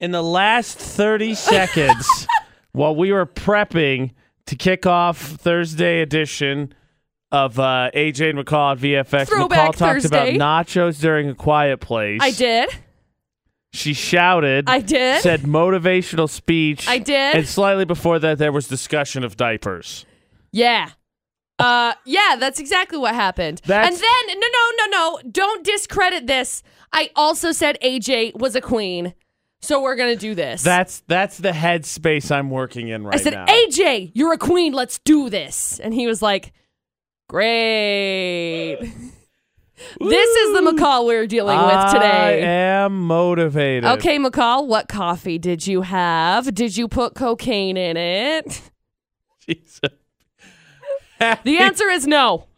in the last 30 seconds while we were prepping to kick off Thursday edition of uh, AJ and McCall at VFX. Throwback McCall talked about Thursday. nachos during a quiet place. I did. She shouted. I did. Said motivational speech. I did. And slightly before that, there was discussion of diapers. Yeah. Uh, yeah, that's exactly what happened. That's- and then, no, no, no, no. Don't discredit this. I also said AJ was a queen. So we're going to do this. That's that's the headspace I'm working in right I said, now. AJ, you're a queen. Let's do this. And he was like, great. this is the McCall we're dealing with I today. am motivated. Okay, McCall, what coffee did you have? Did you put cocaine in it? Jesus. The answer is no.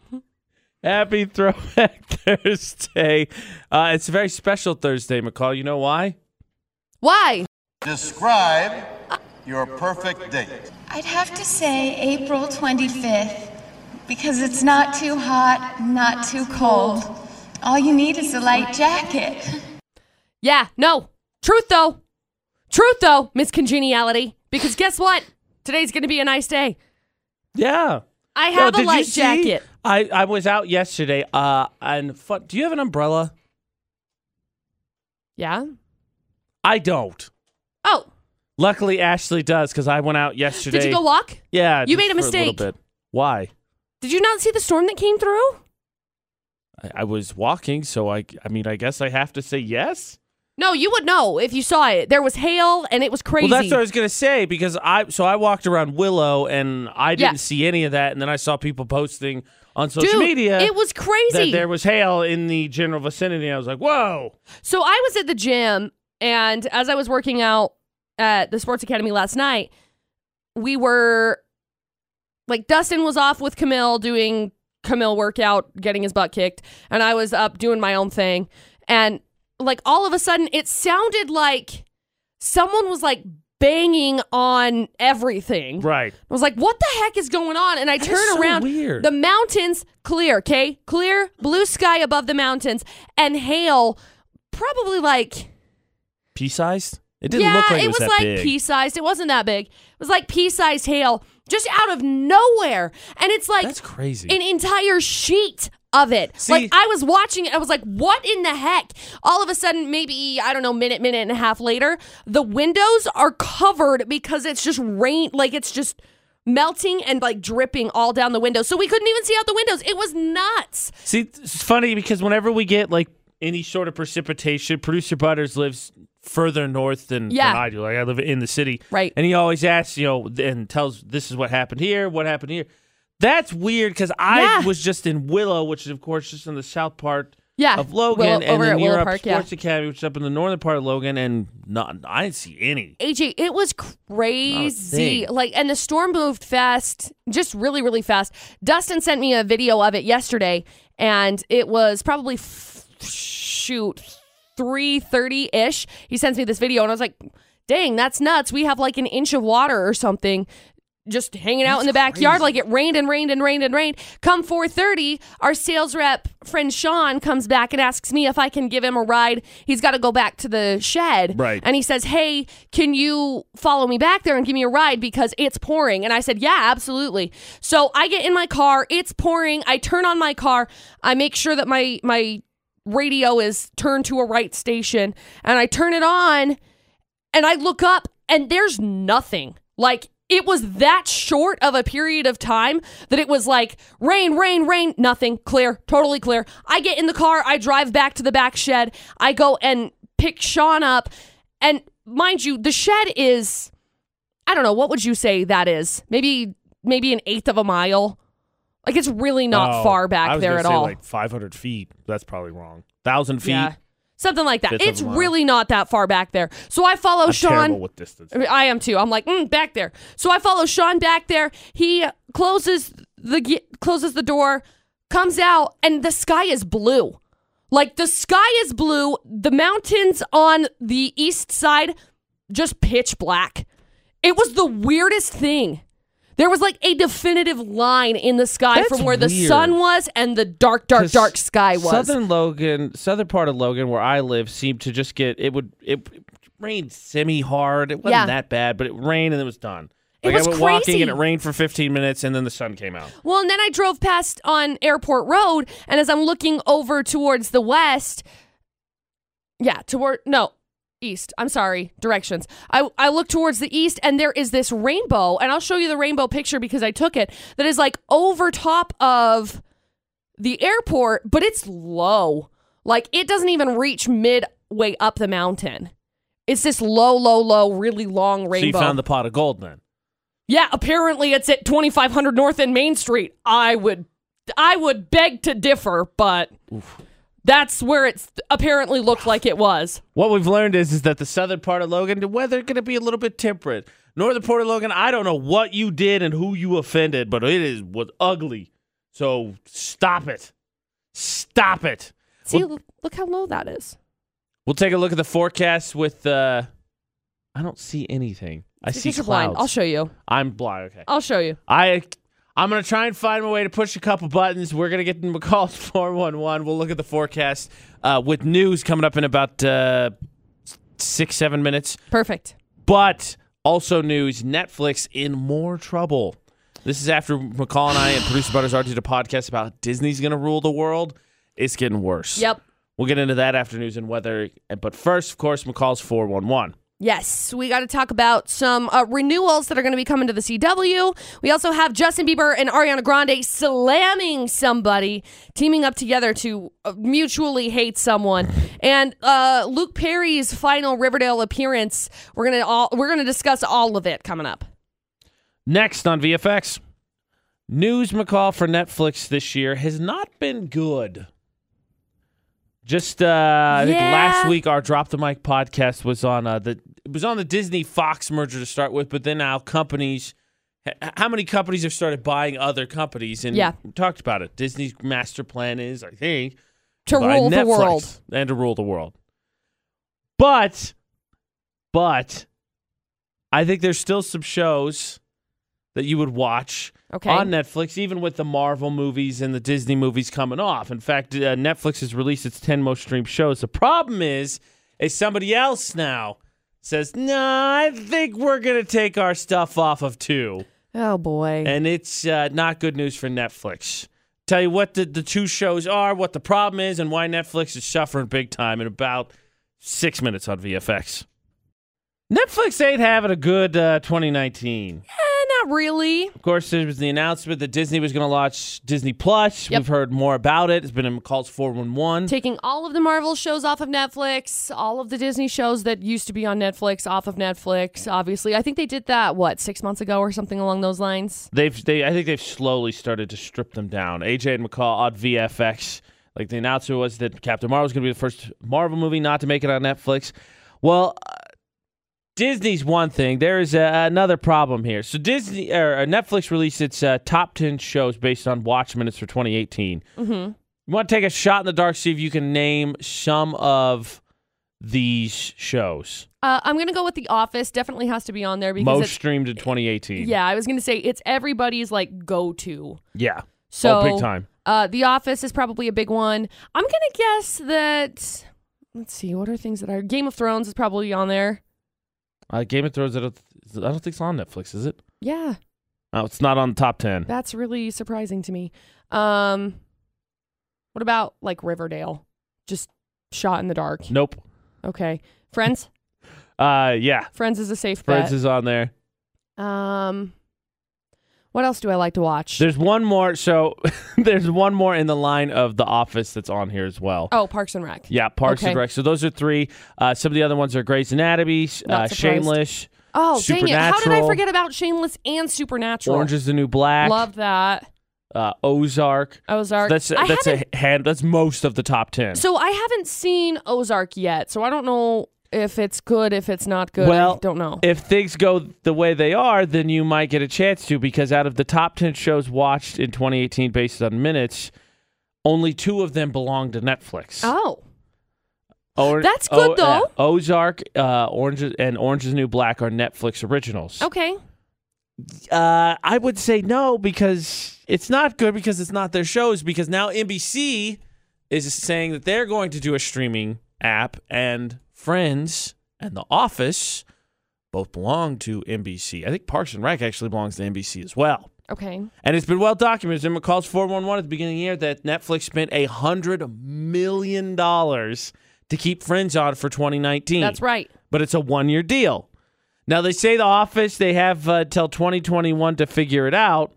Happy Throwback Thursday. Uh, it's a very special Thursday, McCall. You know why? Why? Describe your perfect date. I'd have to say April 25th because it's not too hot, not too cold. All you need is a light jacket. Yeah, no. Truth though. Truth though, Miss Congeniality. Because guess what? Today's gonna be a nice day. Yeah. I have Yo, a light jacket. I, I was out yesterday. Uh, and fu- do you have an umbrella? Yeah? I don't. Oh, Luckily, Ashley does because I went out did yesterday. you go walk? Yeah. You just made for a little mistake. bit. Why? Did you not see the storm that came through? I, I was walking, so I. I mean, I guess I have to say yes. No, you would know if you saw it. There was hail and it was crazy. Well, that's what I was gonna say because I so I walked around Willow and I didn't Yeah. see any of that, and then I saw people posting on social Dude, media it was that crazy. there was hail in the general vicinity. I was like, whoa. So I was at the gym, and as I was working out at the Sports Academy last night, we were like Dustin was off with Camille doing Camille workout, getting his butt kicked, and I was up doing my own thing. And like all of a sudden, it sounded like someone was like banging on everything. Right. I was like, what the heck is going on? And I turn so around. weird. The mountains clear, okay? Clear, blue sky above the mountains, and hail probably like Pea sized. It didn't yeah, look like it, it was, that like big. pea sized. It wasn't that big. It was like pea sized hail just out of nowhere. And it's like That's crazy. an entire sheet of it. See- like I was watching it, I was like, what in the heck? All of a sudden, maybe, I don't know, minute, minute and a half later, the windows are covered because it's just rain, like it's just melting and like dripping all down the windows. So we couldn't even see out the windows. It was nuts. See, it's funny because whenever we get like any sort of precipitation, producer Butters lives further north than, Yeah. than I do. Like I live in the city, Right. And he always asks, you know, and tells this is what happened here, what happened here. That's weird because I Yeah. was just in Willow, which is of course just in the south part Yeah. of Logan, Willow- and over then at you're Willow up Park, yeah. Sports Academy, which is up in the northern part of Logan, and not I didn't see any. AJ, it was crazy. thing. Like, and the storm moved fast, just really, really fast. Dustin sent me a video of it yesterday, and it was probably f- shoot three thirty ish. He sends me this video, and I was like, "Dang, that's nuts! We have like an inch of water or something." Just hanging out in the backyard, like it rained and rained and rained and rained. Come four thirty, our sales rep friend Sean comes back and asks me if I can give him a ride. He's got to go back to the shed, Right. And he says, Hey, can you follow me back there and give me a ride because it's pouring? And I said, Yeah, absolutely. So I get in my car, it's pouring. I turn on my car, I make sure that my, my radio is turned to a right station, and I turn it on and I look up and there's nothing. Like it was that short of a period of time that it was like rain, rain, rain, nothing, clear, totally clear. I get in the car, I drive back to the back shed, I go and pick Sean up. And mind you, the shed is, I don't know, what would you say that is? Maybe, maybe an eighth of a mile. Like it's really not Oh, far back I was there gonna at say, all. Like 500 feet. That's probably wrong. Thousand feet. yeah. Something like that. Fifth of It's a mile. really not that far back there. So I follow I'm Sean. uh, terrible with distance. I mean, I am too. I'm like mm, back there. So I follow Sean back there. He closes the g- closes the door, comes out, and the sky is blue. Like the sky is blue. The mountains on the east side just pitch black. It was the weirdest thing. There was like a definitive line in the sky That's from where the weird. sun was and the dark, dark, 'Cause dark sky was. Southern Logan, southern part of Logan where I live, seemed to just get it would it rained semi hard. It wasn't Yeah. that bad, but it rained and it was done. It Like was I went crazy. walking and it rained for 15 minutes and then the sun came out. Well, and then I drove past on Airport Road, and as I'm looking over towards the west, yeah, toward no east. I'm sorry, directions. I I look towards the east, and there is this rainbow, and I'll show you the rainbow picture because I took it. That is like over top of the airport, but it's low. Like it doesn't even reach midway up the mountain. It's this low, low, low, really long So rainbow. you found the pot of gold then. Yeah, apparently it's at 2500 North and Main Street. I would I would beg to differ, but that's where it's apparently looked like it was. What we've learned is is that the southern part of Logan, the weather going to be a little bit temperate. Northern part of Logan, I don't know what you did and who you offended, but it is was ugly. So stop it. Stop it. See, l- look how low that is. We'll take a look at the forecast with uh I don't see anything. I see Because you're clouds. blind. I'll show you. I'm blind. Okay. I'll show you. I I'm gonna try and find my way to push a couple buttons. We're gonna get into McCall's 411. We'll look at the forecast uh, with news coming up in about uh, six seven minutes. Perfect. But also news: Netflix in more trouble. This is after McCall and I and producer Butters already did a podcast about Disney's gonna rule the world. It's getting worse. Yep. We'll get into that after news and weather. But first, of course, McCall's 411. Yes, we got to talk about some uh, renewals that are going to be coming to the CW. We also have Justin Bieber and Ariana Grande slamming somebody, teaming up together to uh, mutually hate someone. And uh, Luke Perry's final Riverdale appearance. We're gonna all we're gonna discuss all of it coming up. Next on VFX, news McCall for Netflix this year has not been good. Just uh, I think Yeah. last week, our Drop the Mic podcast was on uh, the it was on the Disney Fox merger to start with, but then now companies, h- how many companies have started buying other companies? And Yeah. we talked about it. Disney's master plan is, I think, To by rule the Netflix world. and to rule the world. But, but, I think there's still some shows that you would watch Okay. on Netflix, even with the Marvel movies and the Disney movies coming off. In fact, uh, Netflix has released its 10 most streamed shows. The problem is, is somebody else now says, "No, I think we're gonna take our stuff off of two. Oh boy. And it's uh, not good news for Netflix. Tell you what the, the two shows are, what the problem is, and why Netflix is suffering big time in about six minutes on VFX. Netflix ain't having a good uh, 2019. Eh, not really. Of course, there was the announcement that Disney was going to launch Disney Plus. Yep. We've heard more about it. It's been in McCall's 411. Taking all of the Marvel shows off of Netflix, all of the Disney shows that used to be on Netflix off of Netflix. Obviously, I think they did that what six months ago or something along those lines. They've, they, I think they've slowly started to strip them down. AJ and McCall on VFX. Like the announcer was that Captain Marvel was going to be the first Marvel movie not to make it on Netflix. Well, uh, Disney's one thing. There is uh, another problem here. So Disney or uh, Netflix released its uh, top ten shows based on watch minutes for 2018. Mm-hmm. You want to take a shot in the dark, see if you can name some of these shows Uh, I'm gonna go with The Office. Definitely has to be on there because most it's, streamed in 2018. yeah, I was gonna say it's everybody's like go to. yeah. So Oh, big time. Uh, the Office is probably a big one. I'm gonna guess that. Let's see, what are things that are Game of Thrones is probably on there. Uh, Game of Thrones. I don't, I don't think it's on Netflix, is it? Yeah, Oh, it's not on the top ten. that's really surprising to me. Um, what about like Riverdale? Just shot in the dark. Nope. Okay, Friends. Uh, yeah, Friends is a safe Friends bet. is on there. um, what else do I like to watch? There's one more. So there's one more in the line of The Office that's on here as well. oh, Parks and Rec. Yeah, Parks and Okay. Rec. So those are three. Uh, some of the other ones are Grey's Anatomy, uh, Not surprised. Shameless, Oh, dang it. How did I Supernatural. forget about Shameless and Supernatural? Orange is the New Black, Love that. uh, Ozark. Ozark. That's I that's haven't- a hand. That's most of the top ten. So I haven't seen Ozark yet, so I don't know if it's good, if it's not good. Well, I don't know. if things go the way they are, then you might get a chance to because out of the top 10 shows watched in 2018 based on minutes, only two of them belong to Netflix. oh. Or- that's good, uh, though. Ozark, uh, Orange is- and Orange is the New Black are Netflix originals. Okay. Uh, I would say no because it's not good because it's not their shows because now NBC is saying that they're going to do a streaming app and Friends and The Office both belong to NBC. I think Parks and Rec actually belongs to NBC as well. Okay. And it's been well documented in McCall's 411 at the beginning of the year that Netflix spent a $100 million to keep Friends on for 2019. That's right. But it's a one year deal. Now, they say The Office, they have uh, till 2021 to figure it out.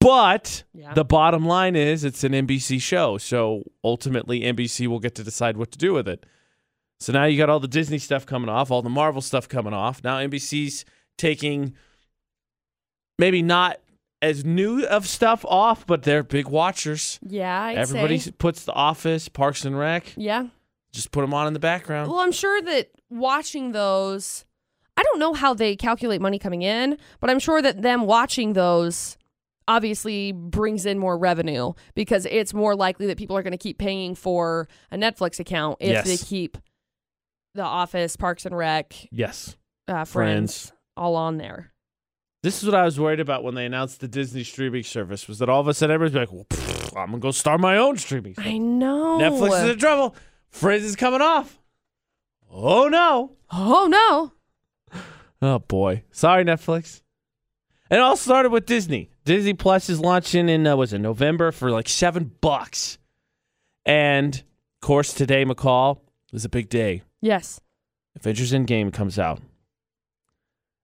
But Yeah. the bottom line is it's an NBC show. So ultimately, NBC will get to decide what to do with it. So now you got all the Disney stuff coming off, all the Marvel stuff coming off. Now NBC's taking maybe not as new of stuff off, but they're big watchers. Yeah, I'd Everybody say. puts The Office, Parks and Rec, Yeah. just put them on in the background. Well, I'm sure that watching those, I don't know how they calculate money coming in, but I'm sure that them watching those obviously brings in more revenue because it's more likely that people are going to keep paying for a Netflix account if Yes. they keep The Office, Parks and Rec, yes. uh, Friends, Friends. all on there. This is what I was worried about when they announced the Disney streaming service was that all of a sudden everybody's like, well, pfft, I'm going to go start my own streaming service. I know. Netflix is in trouble. Friends is coming off. Oh, no. oh no. Oh boy, sorry Netflix. It all started with Disney. Disney Plus is launching in uh, was it November for like seven bucks, and of course today McCall is a big day. Yes. Avengers Endgame comes out,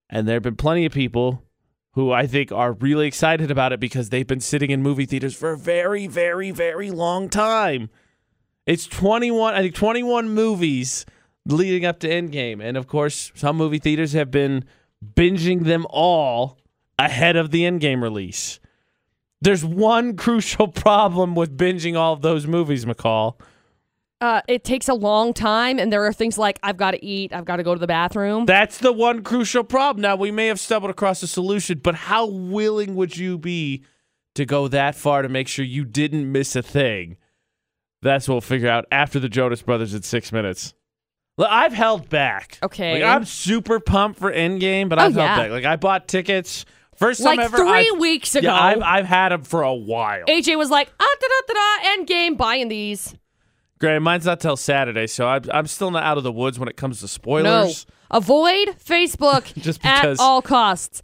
and there have been plenty of people who I think are really excited about it because they've been sitting in movie theaters for a very, very, very long time. It's 21, I think 21 movies leading up to Endgame. And of course, some movie theaters have been binging them all ahead of the Endgame release. There's one crucial problem with binging all of those movies, McCall. Uh, it takes a long time, and there are things like I've got to eat, I've got to go to the bathroom. That's the one crucial problem. Now, we may have stumbled across a solution, but how willing would you be to go that far to make sure you didn't miss a thing? That's what we'll figure out after the Jonas Brothers in six minutes. Look, I've held back. Okay. Like, I'm super pumped for Endgame, but I've Oh, yeah. held back. Like, I bought tickets. First like time ever. 3 I've- weeks ago. Yeah, I've, I've had them for a while. AJ was like, ah, da da da da, end game, buying these. Graham, mine's not till Saturday, so I'm, I'm still not out of the woods when it comes to No. spoilers. Avoid Facebook Just at because- all costs.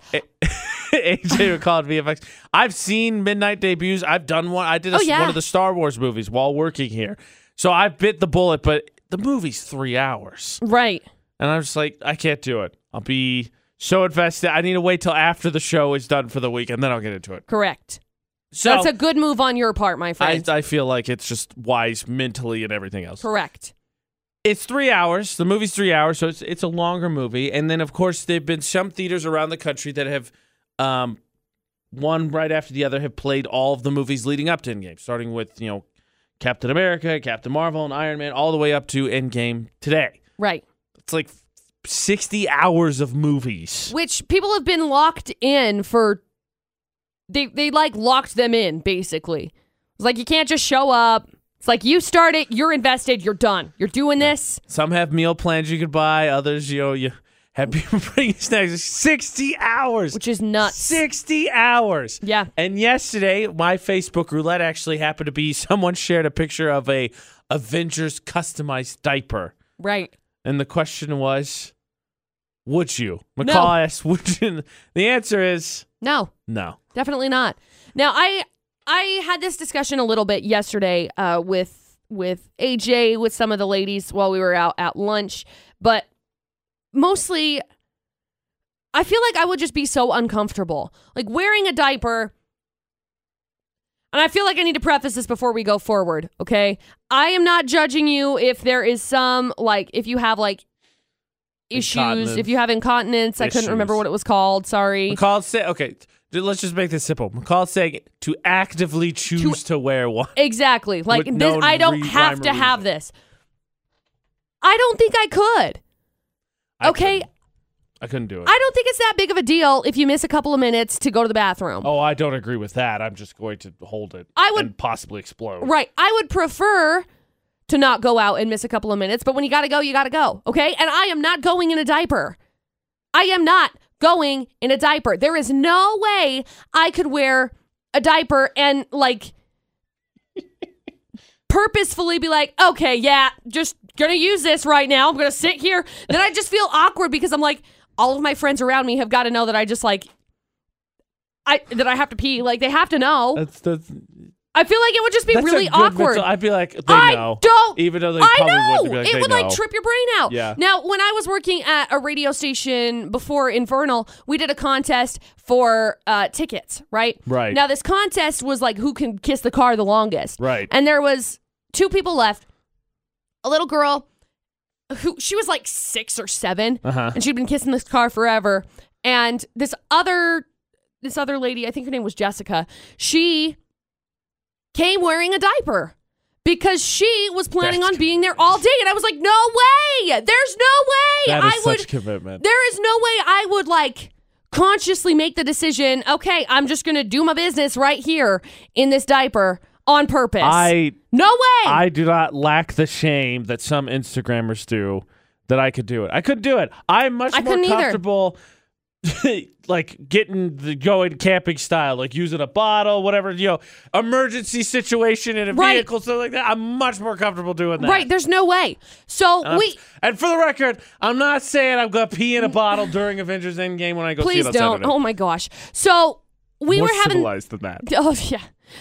AJ would call it VFX. I've seen midnight debuts. I've done one. I did a, Oh, yeah. one of the Star Wars movies while working here, so I bit the bullet. But the movie's three hours, Right. and I'm just like, I can't do it. I'll be so invested. I need to wait till after the show is done for the week, and then I'll get into it. Correct. So That's a good move on your part, my I, friend. I feel like it's just wise mentally and everything else. Correct. it's three hours. The movie's three hours, so it's it's a longer movie. And then of course there've been some theaters around the country that have um one right after the other have played all of the movies leading up to Endgame, starting with, you know, Captain America, Captain Marvel, and Iron Man, all the way up to Endgame today. Right. It's like sixty hours of movies. Which people have been locked in for. They, they like locked them in, basically. It's like you can't just show up. It's like you start it, you're invested, you're done. You're doing this. Some have meal plans you could buy, others, you know, you have people bringing snacks. Sixty hours. Which is nuts. 60 hours. Yeah. And yesterday, my Facebook roulette actually happened to be someone shared a picture of a Avengers customized diaper. Right. And the question was, would you? McCall No. asked, would you? The answer is No. no. definitely not. Now I I had this discussion a little bit yesterday uh, with with AJ with some of the ladies while we were out at lunch, but mostly I feel like I would just be so uncomfortable like wearing a diaper. And I feel like I need to preface this before we go forward, okay? I am not judging you if there is some like if you have like issues, if Incontinence. you have incontinence, I couldn't remember Issues. what it was called, sorry. McCall said, okay, th- let's just make this simple. McCall saying to actively choose to, wear one. Exactly. Like With this, no I don't re- rhyme have or to have reason. this. I don't think I could. I okay, couldn't- I couldn't do it. I don't think it's that big of a deal if you miss a couple of minutes to go to the bathroom. oh, I don't agree with that. I'm just going to hold it I would- and possibly explode. Right. I would prefer to not go out and miss a couple of minutes, but when you got to go, you got to go. Okay? And I am not going in a diaper. I am not going in a diaper. There is no way I could wear a diaper and like purposefully be like, okay, yeah, just gonna use this right now. I'm gonna sit here. Then I just feel awkward because I'm like, all of my friends around me have got to know that I just like, I that I have to pee. Like they have to know. That's that's, I feel like it would just be that's a really good awkward. mental- I feel like they I know. don't. Even though they I probably know wouldn't be like, it they would know. like trip your brain out. Yeah. Now, when I was working at a radio station before Infernal, we did a contest for uh, tickets. Right. Right. Now this contest was like who can kiss the car the longest. Right. And there was two people left. A little girl, who she was like six or 7 Uh-huh. and she'd been kissing this car forever. And this other this other lady, I think her name was Jessica, she came wearing a diaper because she was planning That's- on being there all day. And I was like, no way. There's no way. That I is would such commitment. there is no way I would like consciously make the decision, okay, I'm just gonna do my business right here in this diaper on purpose. I no way. I do not lack the shame that some Instagrammers do that I could do it. I could do it. I'm much I more couldn't either. comfortable like getting the going camping style, like using a bottle, whatever, you know, emergency situation in a Right. vehicle, something like that. I'm much more comfortable doing that. Right, there's no way. So And I'm- we and for the record, I'm not saying I'm gonna pee in a bottle during Avengers Endgame when I go see please it on don't. Saturday. Oh my gosh. So we more were having civilized than that. Oh yeah.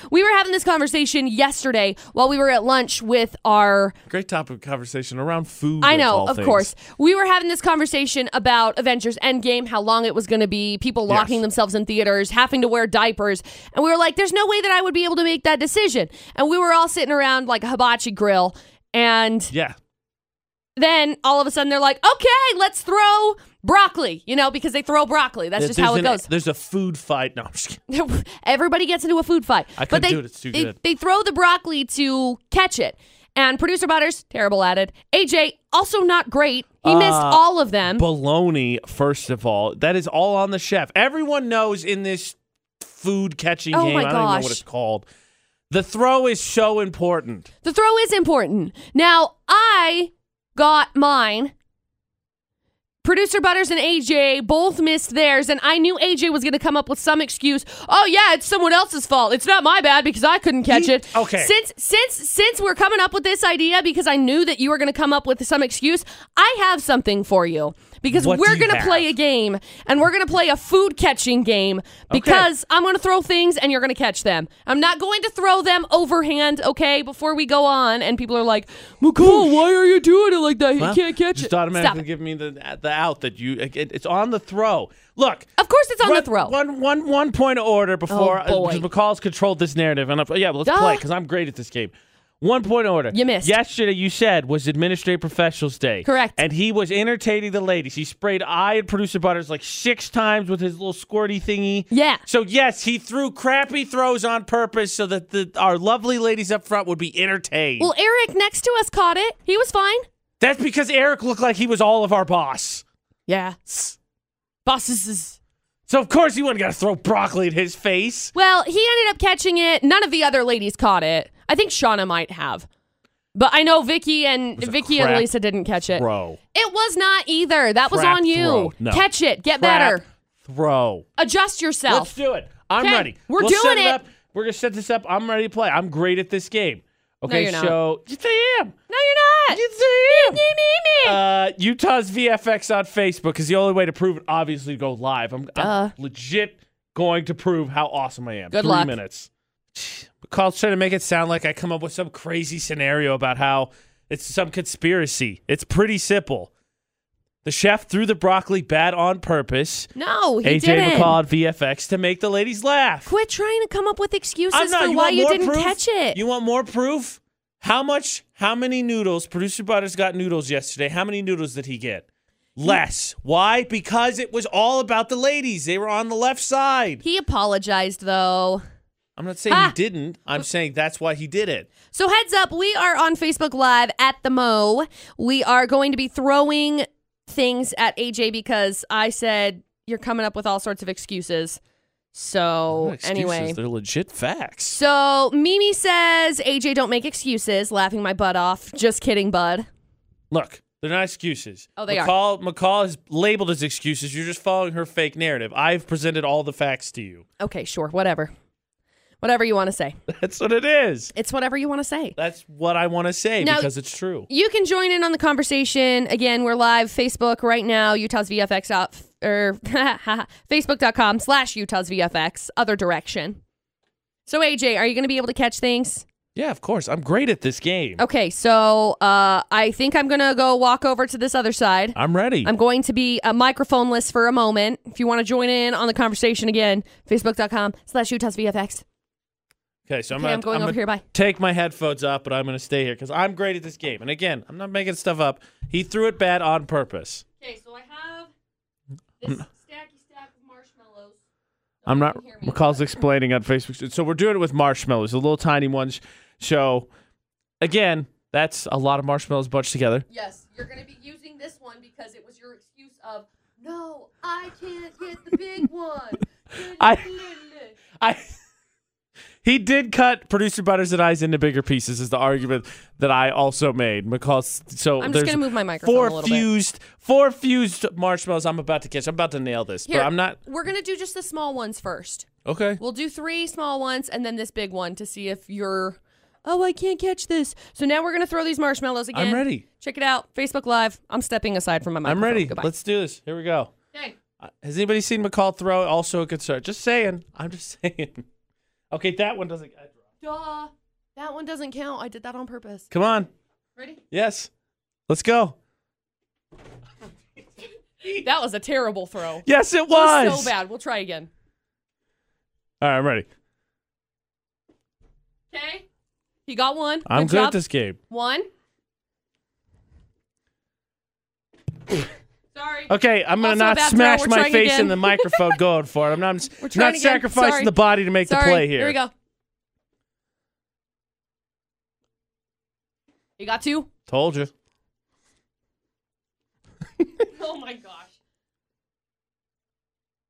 We were having this conversation yesterday while we were at lunch with our Great topic of conversation around food. I know, all of things. course. We were having this conversation about Avengers Endgame, how long it was going to be, people locking Yes. themselves in theaters, having to wear diapers. And we were like, there's no way that I would be able to make that decision. And we were all sitting around like a hibachi grill. And Yeah. then all of a sudden they're like, okay, let's throw broccoli, you know, because they throw broccoli. That's just There's how an- it goes. There's a food fight. No, I'm just kidding. Everybody gets into a food fight. I but couldn't they, do it. It's too they, good. They throw the broccoli to catch it. And producer Butters, terrible at it. AJ, also not great. He missed Uh, all of them. baloney, first of all. That is all on the chef. Everyone knows in this food catching Oh game, my I don't even know gosh. what it's called. The throw is so important. the throw is important. Now, I got mine. Producer Butters and AJ both missed theirs, and I knew AJ was going to come up with some excuse. Oh yeah, it's someone else's fault. It's not my bad because I couldn't catch He- it. okay. Since since since we're coming up with this idea because I knew that you were going to come up with some excuse, I have something for you because What do we're you going to have? play a game and we're going to play a food catching game because I'm going to throw things and you're going to catch them. I'm not going to throw them overhand, okay? Before we go on and people are like, "McCall, why are you doing it like that? You Huh? can't catch Just it." Stop automatically it. give me the the out that you. It, it's on the throw. Look, Of course it's on one- the throw. One, one, one point of order before Oh, boy. because McCall's controlled this narrative, and I'm, yeah, well, let's Duh. play because I'm great at this game. One point of order. You missed. Yesterday, you said was Administrative Professionals Day. Correct. And he was entertaining the ladies. He sprayed I and producer Butters like six times with his little squirty thingy. Yeah. So yes, he threw crappy throws on purpose so that the, our lovely ladies up front would be entertained. Well, Eric next to us caught it. He was fine. That's because Eric looked like he was all of our boss. Yeah. Bosses is. So of course he wasn't gonna throw broccoli in his face. Well, he ended up catching it. None of the other ladies caught it. I think Shauna might have. But I know Vicky and was a Vicky and crap Lisa didn't catch it. Throw. It was not either. That was Crap on you. throw. No. Catch it. Get Crap better. Throw. Adjust Let's yourself. do it. I'm 'Kay, ready. we're We'll doing set it. it. Up. We're gonna set this up. I'm ready to play. I'm great at this game. Okay, you're not. so yes I am. no, you're not. Yes I am. Me, me, me. Uh, Utah's VFX on Facebook is the only way to prove it. Obviously, to go live. I'm, I'm legit going to prove how awesome I am. Good Three luck. minutes. McCall's trying to make it sound like I come up with some crazy scenario about how it's some conspiracy. It's pretty simple. The chef threw the broccoli bad on purpose. no, he AJ didn't. McCall at VFX to make the ladies laugh. Quit trying to come up with I'm excuses not. for you why want you more didn't proof? catch it. You want more proof? How much? How many noodles? Producer Butters got noodles yesterday. How many noodles did he get? Less. Why? Because it was all about the ladies. They were on the left side. he apologized, though. I'm not saying Ah. he didn't. I'm saying that's why he did it. So heads up, we are on Facebook Live at the Mo. We are going to be throwing things at AJ because I said you're coming up with all sorts of excuses. So Not excuses, anyway. they're legit facts. So Mimi says, AJ, don't make excuses, laughing my butt off. Just kidding, bud. Look, they're not excuses. Oh, they are. McCall, are. McCall has labeled as excuses. You're just following her fake narrative. I've presented all the facts to you. Okay, sure, whatever. Whatever you want to say. That's what it is. It's whatever you want to say. That's what I want to say Now- because it's true. You can join in on the conversation. Again, we're live Facebook right now, Utah's VFX out or er, Facebook.com slash Utah's VFX, other direction. So AJ, are you gonna be able to catch things? Yeah, of course. I'm great at this game. Okay, so uh, I think I'm gonna go walk over to this other side. I'm ready. I'm going to be a microphoneless for a moment. If you want to join in on the conversation again, Facebook.com slash Utah's VFX. okay, so I'm, Okay, gonna, I'm going I'm over gonna here. Bye. Take my headphones up, but I'm going to stay here because I'm great at this game. And again, I'm not making stuff up. He threw it bad on purpose. Okay, so I have this stacky stack of marshmallows. I'm not. hear me. McCall's explaining on Facebook. So we're doing it with marshmallows, the little tiny ones. So again, that's a lot of marshmallows bunched together. Yes, you're going to be using this one because it was your excuse of, no, I can't get the big one. I- I. He did cut producer Butters and I's into bigger pieces, is the argument that I also made. McCall's so I'm just there's gonna move my microphone a four little bit. fused, four fused marshmallows. I'm about to catch. I'm about to nail this, Here, but I'm not. We're going to do just the small ones first. Okay. We'll do three small ones and then this big one to see if you're, oh, I can't catch this. So now we're going to throw these marshmallows again. I'm ready. Check it out. Facebook Live. I'm stepping aside from my microphone. I'm ready. Goodbye. Let's do this. Here we go. Okay. Uh, Has anybody seen McCall throw? Also a good start. Just saying. I'm just saying. Okay, that one doesn't. Duh. That one doesn't count. I did that on purpose. Come on. Ready? Yes. Let's go. That was a terrible throw. Yes, it It was. was so bad. We'll try again. All right, I'm ready. Okay. He got one. I'm good, job. at this game. One. Sorry. Okay, I'm gonna Also a not bad throw. smash We're my trying face again. in the microphone going for it. I'm not, We're trying not again. sacrificing Sorry. the body to make Sorry. the play here. we go. You got two? Told you. Oh my gosh.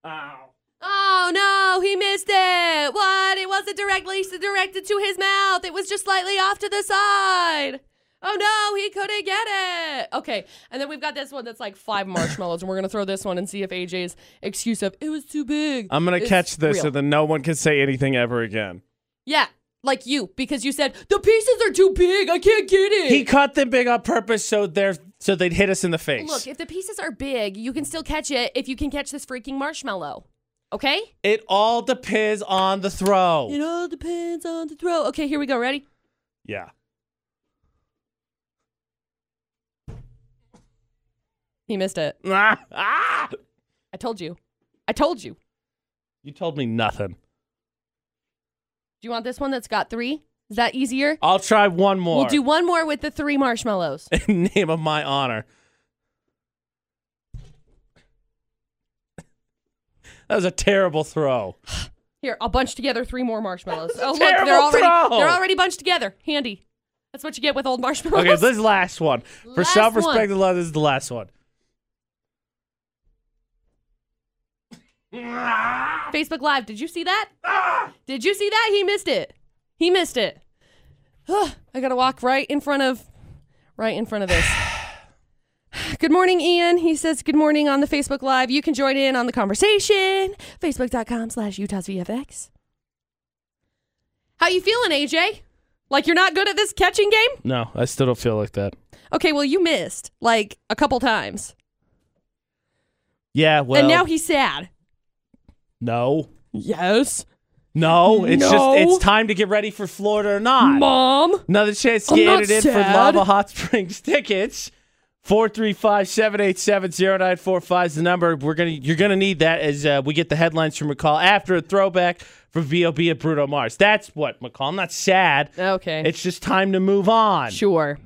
Ow. Oh no, he missed it. What? It wasn't directly directed to his mouth. It was just slightly off to the side. Oh no, he couldn't get it. Okay, and then we've got this one that's like five marshmallows, and we're gonna throw this one and see if AJ's excuse of it was too big. I'm gonna is catch this, real. and then no one can say anything ever again. Yeah, like you, because you said the pieces are too big. I can't get it. He cut them big on purpose, so they're so they'd hit us in the face. Look, if the pieces are big, you can still catch it if you can catch this freaking marshmallow. Okay? it all depends on the throw. It all depends on the throw. Okay, here we go. Ready? yeah. He missed it. Ah, ah! I told you. I told you. You told me nothing. Do you want this one that's got three? Is that easier? I'll try one more. We'll do one more with the three marshmallows. in name of my honor. That was a terrible throw. Here, I'll bunch together three more marshmallows. That Oh was look, a they're terrible already throw. they're already bunched together. Handy. That's what you get with old marshmallows. Okay, this last one. For Last self-respect one. and love, this is the last one. Facebook Live. Did you see that? Did you see that? He missed it. He missed it. Ugh, I gotta walk right in front of, right in front of this. Good morning, Ian. He says, Good morning on the Facebook Live. You can join in on the conversation. Facebook.com slash Utah's VFX. How you feeling, AJ? Like you're not good at this catching game? No, I still don't feel like that. Okay, well, you missed like a couple times. Yeah, well, and now he's sad. no, Yes. no. It's No. just it's time to get ready for Florida or not. Mom. Another chance to I'm get not entered in for sad. Lava Hot Springs tickets. 435-787-0945 is the number. We're gonna you're gonna need that as uh, we get the headlines from McCall after a throwback for VOB at Bruno Mars. That's what McCall. I'm not sad. Okay. It's just time to move on. sure.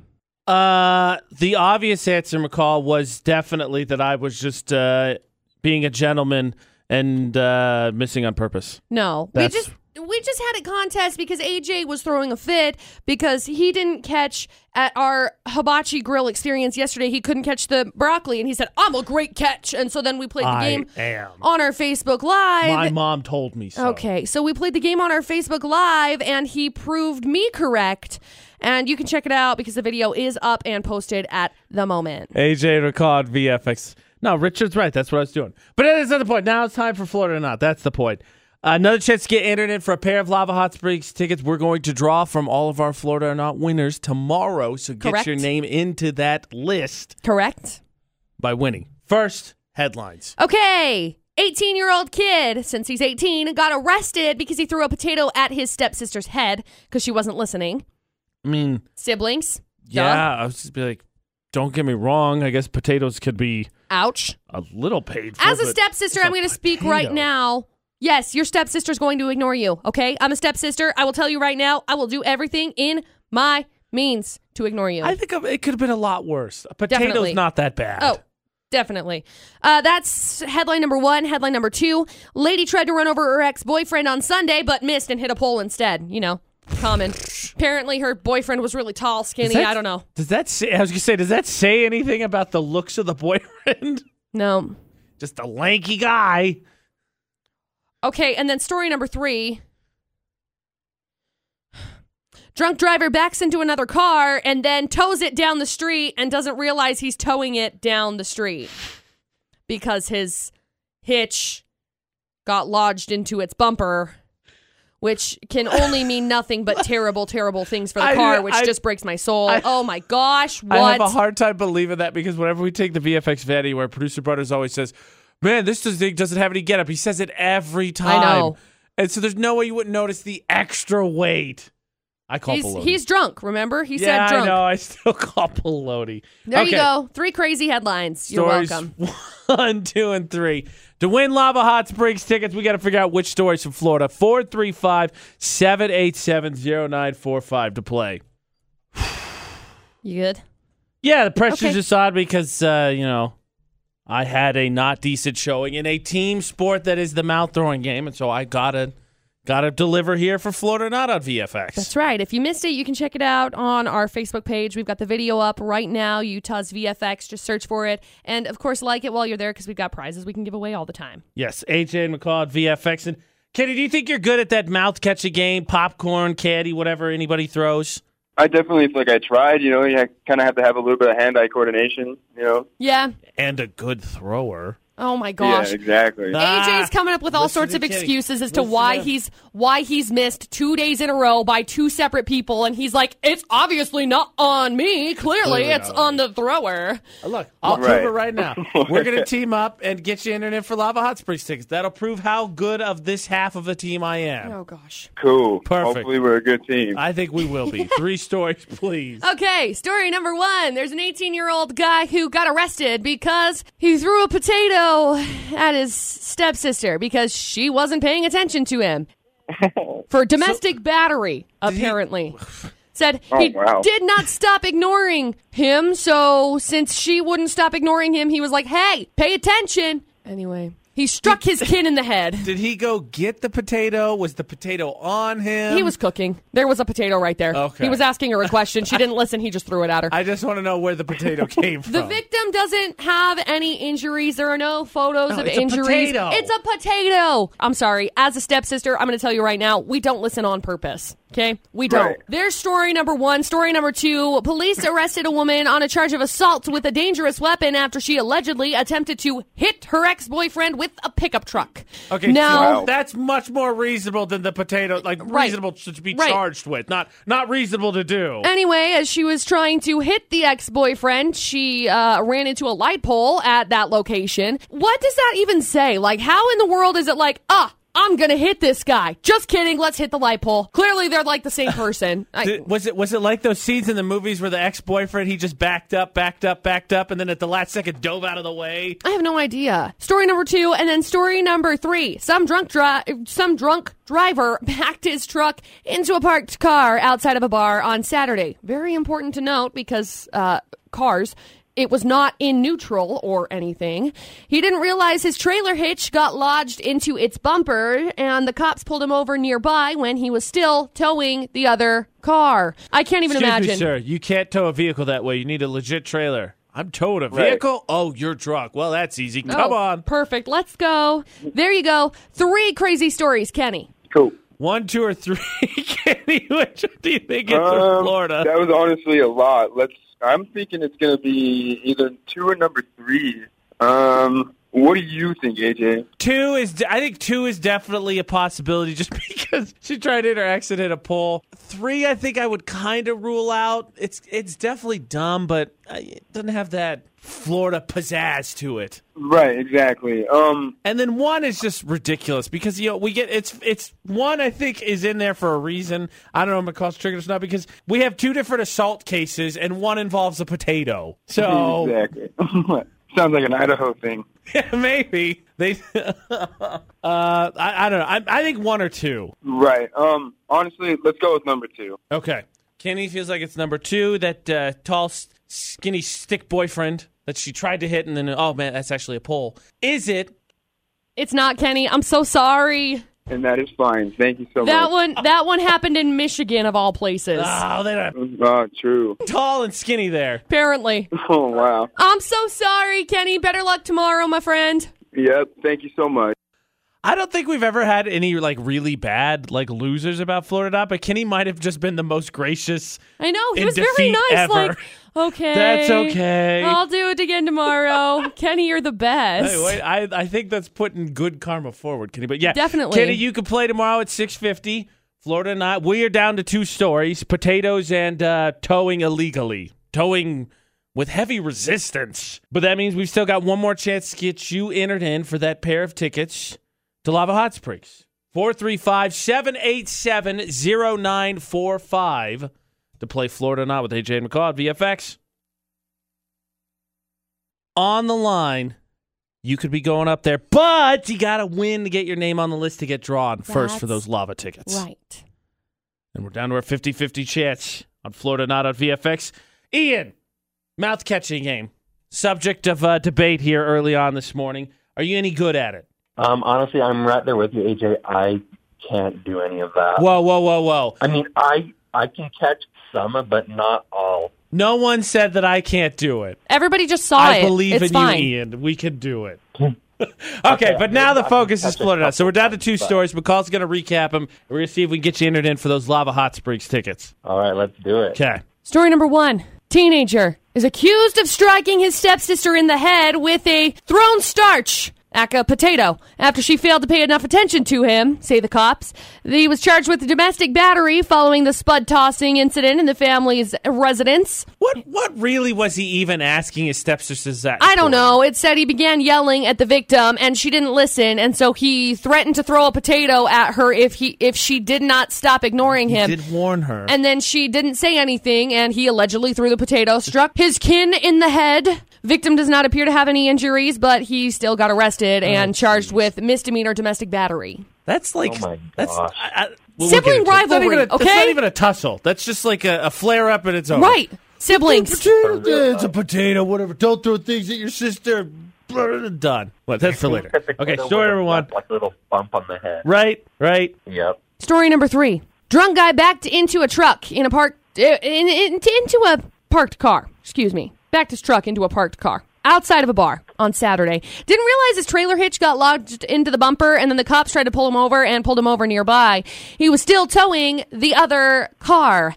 Uh, the obvious answer, McCall, was definitely that I was just uh, being a gentleman and uh, missing on purpose. No, That's- we just we just had a contest because AJ was throwing a fit because he didn't catch at our hibachi grill experience yesterday. He couldn't catch the broccoli, and he said, "I'm a great catch." And so then we played the I game am. on our Facebook Live. My mom told me so. Okay, so we played the game on our Facebook Live, and he proved me correct. And you can check it out because the video is up and posted at the moment. AJ Ricard VFX. No, Richard's right. That's what I was doing. But that is not the point. Now it's time for Florida or not. That's the point. Another chance to get entered in for a pair of Lava Hot Springs tickets. We're going to draw from all of our Florida or Not winners tomorrow. So get Correct. your name into that list Correct? by winning. First, headlines. Okay. 18 year old kid, since he's 18, got arrested because he threw a potato at his stepsister's head because she wasn't listening. I mean, Siblings. Duh. yeah, I was just be like, don't get me wrong. I guess potatoes could be Ouch. a little paid for. As a but stepsister, it's I'm a going to speak right potato. now. Yes, your stepsister's going to ignore you, okay? I'm a stepsister. I will tell you right now, I will do everything in my means to ignore you. I think it could have been a lot worse. A potato's Definitely. not that bad. Oh, definitely. Uh, that's headline number one. Headline number two Lady tried to run over her ex boyfriend on Sunday, but missed and hit a pole instead. You know, common. Apparently, her boyfriend was really tall, skinny. Does that- I don't know. Does that say? I was gonna say, does that say anything about the looks of the boyfriend? No. Just a lanky guy. Okay, and then story number three. Drunk driver backs into another car and then tows it down the street and doesn't realize he's towing it down the street because his hitch got lodged into its bumper, which can only mean nothing but terrible, terrible things for the I- car, which I- just breaks my soul. I- oh my gosh, what? I have a hard time believing that because whenever we take the VFX Vanity, where producer brothers always says, "Man, this doesn't doesn't have any getup," he says it every time. know. And so there's no way you wouldn't notice the extra weight. I call he's, Pelody. he's drunk, remember? He yeah, said drunk. I know. I still call Pelody. There Okay. you go. Three crazy headlines. You're stories welcome. one, two, and three. To win Lava Hot Springs tickets, we got to figure out which stories from Florida. 435 787 0945 to play. You good? Yeah, the pressure's Okay. just on because, uh, you know, I had a not decent showing in a team sport that is the mouth throwing game. And so I got to. Gotta deliver here for Florida or not on VFX. That's right. If you missed it, you can check it out on our Facebook page. We've got the video up right now, Utah's VFX. Just search for it. And of course, like it while you're there because we've got prizes we can give away all the time. Yes, AJ and McCall at VFX. And Kenny, do you think you're good at that mouth catch a game, popcorn, caddy, whatever anybody throws? I definitely feel like I tried. You know, you kind of have to have a little bit of hand-eye coordination. You know. Yeah. And a good thrower. Oh my gosh. Yeah, exactly. AJ's coming up with all Listen sorts to of Kenny. excuses as to Listen why to him. he's why he's missed two days in a row by two separate people, and he's like, "It's obviously not on me. Clearly, Clearly it's not on the thrower." Look, I'll Right. prove it right now. We're going to team up and get you internet for Lava Hot Springs tickets. That'll prove how good of this half of a team I am. Oh gosh. cool. Perfect. Hopefully, we're a good team. I think we will be. Three stories, please. Okay, story number one. There's an 18 year old guy who got arrested because he threw a potato at his stepsister because she wasn't paying attention to him for domestic battery, apparently. Said he wow. did not stop ignoring him, so since she wouldn't stop ignoring him, he was like, hey, pay attention. Anyway, he struck his kid in the head. Did he go get the potato? Was the potato on him? He was cooking. There was a potato right there. Okay. He was asking her a question. She didn't listen. He just threw it at her. I just want to know where the potato came from. The victim doesn't have any injuries. There are no photos No, of it's a injuries. potato. It's a potato. I'm sorry. As a stepsister, I'm going to tell you right now, we don't listen on purpose. Okay? We don't. Right. There's story number one. Story number two police arrested a woman on a charge of assault with a dangerous weapon after she allegedly attempted to hit her ex boyfriend with a pickup truck. Okay, Now, Wow. that's much more reasonable than the potato, like Right. reasonable to be Right. charged with, not not reasonable to do. Anyway, as she was trying to hit the ex boyfriend, she uh, ran into a light pole at that location. What does that even say? Like, how in the world is it like, ah, I'm going to hit this guy? Just kidding. Let's hit the light pole. Clearly, they're like the same person. I, Did- was it was it like those scenes in the movies where the ex boyfriend he just backed up, backed up, backed up, and then at the last second dove out of the way? I have no idea. Story number two, and then story number three. Some drunk dri- some drunk driver backed his truck into a parked car outside of a bar on Saturday. Very important to note because uh, cars. It was not in neutral or anything. He didn't realize his trailer hitch got lodged into its bumper, and the cops pulled him over nearby when he was still towing the other car. I can't even Excuse imagine. me, sir. You can't tow a vehicle that way. You need a legit trailer. I'm towed a Right. vehicle. Oh, you're drunk. Well, that's easy. Come Oh, on. Perfect. Let's go. There you go. Three crazy stories, Kenny. cool. One, two, or three. Kenny, which one do you think is Um, from Florida? That was honestly a lot. Let's. I'm thinking it's going to be either two or number three. Um, What do you think, AJ? Two is, de- I think two is definitely a possibility just because she tried to interact and hit a poll. Three, I think I would kind of rule out. It's it's definitely dumb, but uh, it doesn't have that Florida pizzazz to it. Right, exactly. Um, And then one is just ridiculous because you know we get it's it's one I think is in there for a reason. I don't know if it costs triggers or not because we have two different assault cases and one involves a potato. So exactly. Sounds like an Idaho thing. maybe they. uh, I, I don't know. I, I think one or two. Right. Um, honestly, let's go with number two. Okay. Kenny feels like it's number two. That uh, tall, s- skinny stick boyfriend that she tried to hit and then oh man, that's actually a pole. Is it? It's not Kenny. I'm so sorry. And that is fine. Thank you so That much. one that one happened in Michigan of all places. Oh, they're Ah, true. tall and skinny there. Apparently. Oh, wow. I'm so sorry, Kenny. Better luck tomorrow, my friend. Yep. Thank you so much. I don't think we've ever had any like really bad like losers about Florida, Dot, but Kenny might have just been the most gracious. I know. He In was very defeat nice. ever. Like, okay. That's okay. I'll do it again tomorrow. Kenny, you're the best. Hey, wait, I I think that's putting good karma forward, Kenny. But yeah, Definitely. Kenny, you can play tomorrow at six fifty. Florida and I, we are down to two stories: potatoes and uh, towing illegally, towing with heavy resistance. But that means we've still got one more chance to get you entered in for that pair of tickets to Lava Hot Springs. 435 787 0945 to play Florida or Not with AJ and McCall at VFX. On the line, you could be going up there, but you got to win to get your name on the list to get drawn first for That's those lava tickets. Right. And we're down to our 50 50 chance on Florida Not on VFX. Ian, mouth catching game. Subject of uh, debate here early on this morning. Are you any good at it? Um, honestly, I'm right there with you, AJ. I can't do any of that. Whoa, whoa, whoa, whoa. I mean, I I can catch some, but not all. No one said that I can't do it. Everybody just saw I it. believe it's in fine. you, Ian. We can do it. okay, but now the focus is That's a Florida. Now. So we're down to two couple, but- stories. McCall's going to recap them. We're going to see if we can get you entered in for those Lava Hot Springs tickets. All right, let's do it. Okay. Story number one Teenager is accused of striking his stepsister in the head with a thrown starch. Aka potato. After she failed to pay enough attention to him, say the cops, he was charged with domestic battery following the spud tossing incident in the family's residence. What what really was he even asking his stepsisters that? I don't for? know. It said he began yelling at the victim and she didn't listen and so he threatened to throw a potato at her if he if she did not stop ignoring He him. did warn her. And then she didn't say anything, and he allegedly threw the potato, struck his kin in the head. Victim does not appear to have any injuries, but he still got arrested and charged with misdemeanor domestic battery. That's like Oh my that's gosh. I, I, we'll Sibling get into it. It's not even rivalry, a- It's not okay? even a tussle. That's just like a, a flare up and it's over. Right. Siblings. Potato, it's a potato. Whatever. Don't throw things at your sister. Done. What? That's for later. Hit the Okay. kiddo Story with a number one. bump, Like a little bump on the head. Right. Right. Yep. Story number three. Drunk guy backed into a truck in a park in, in, into a parked car. Excuse me. Backed his truck into a parked car outside of a bar on Saturday. Didn't realize his trailer hitch got lodged into the bumper, and then the cops tried to pull him over and pulled him over nearby. He was still towing the other car.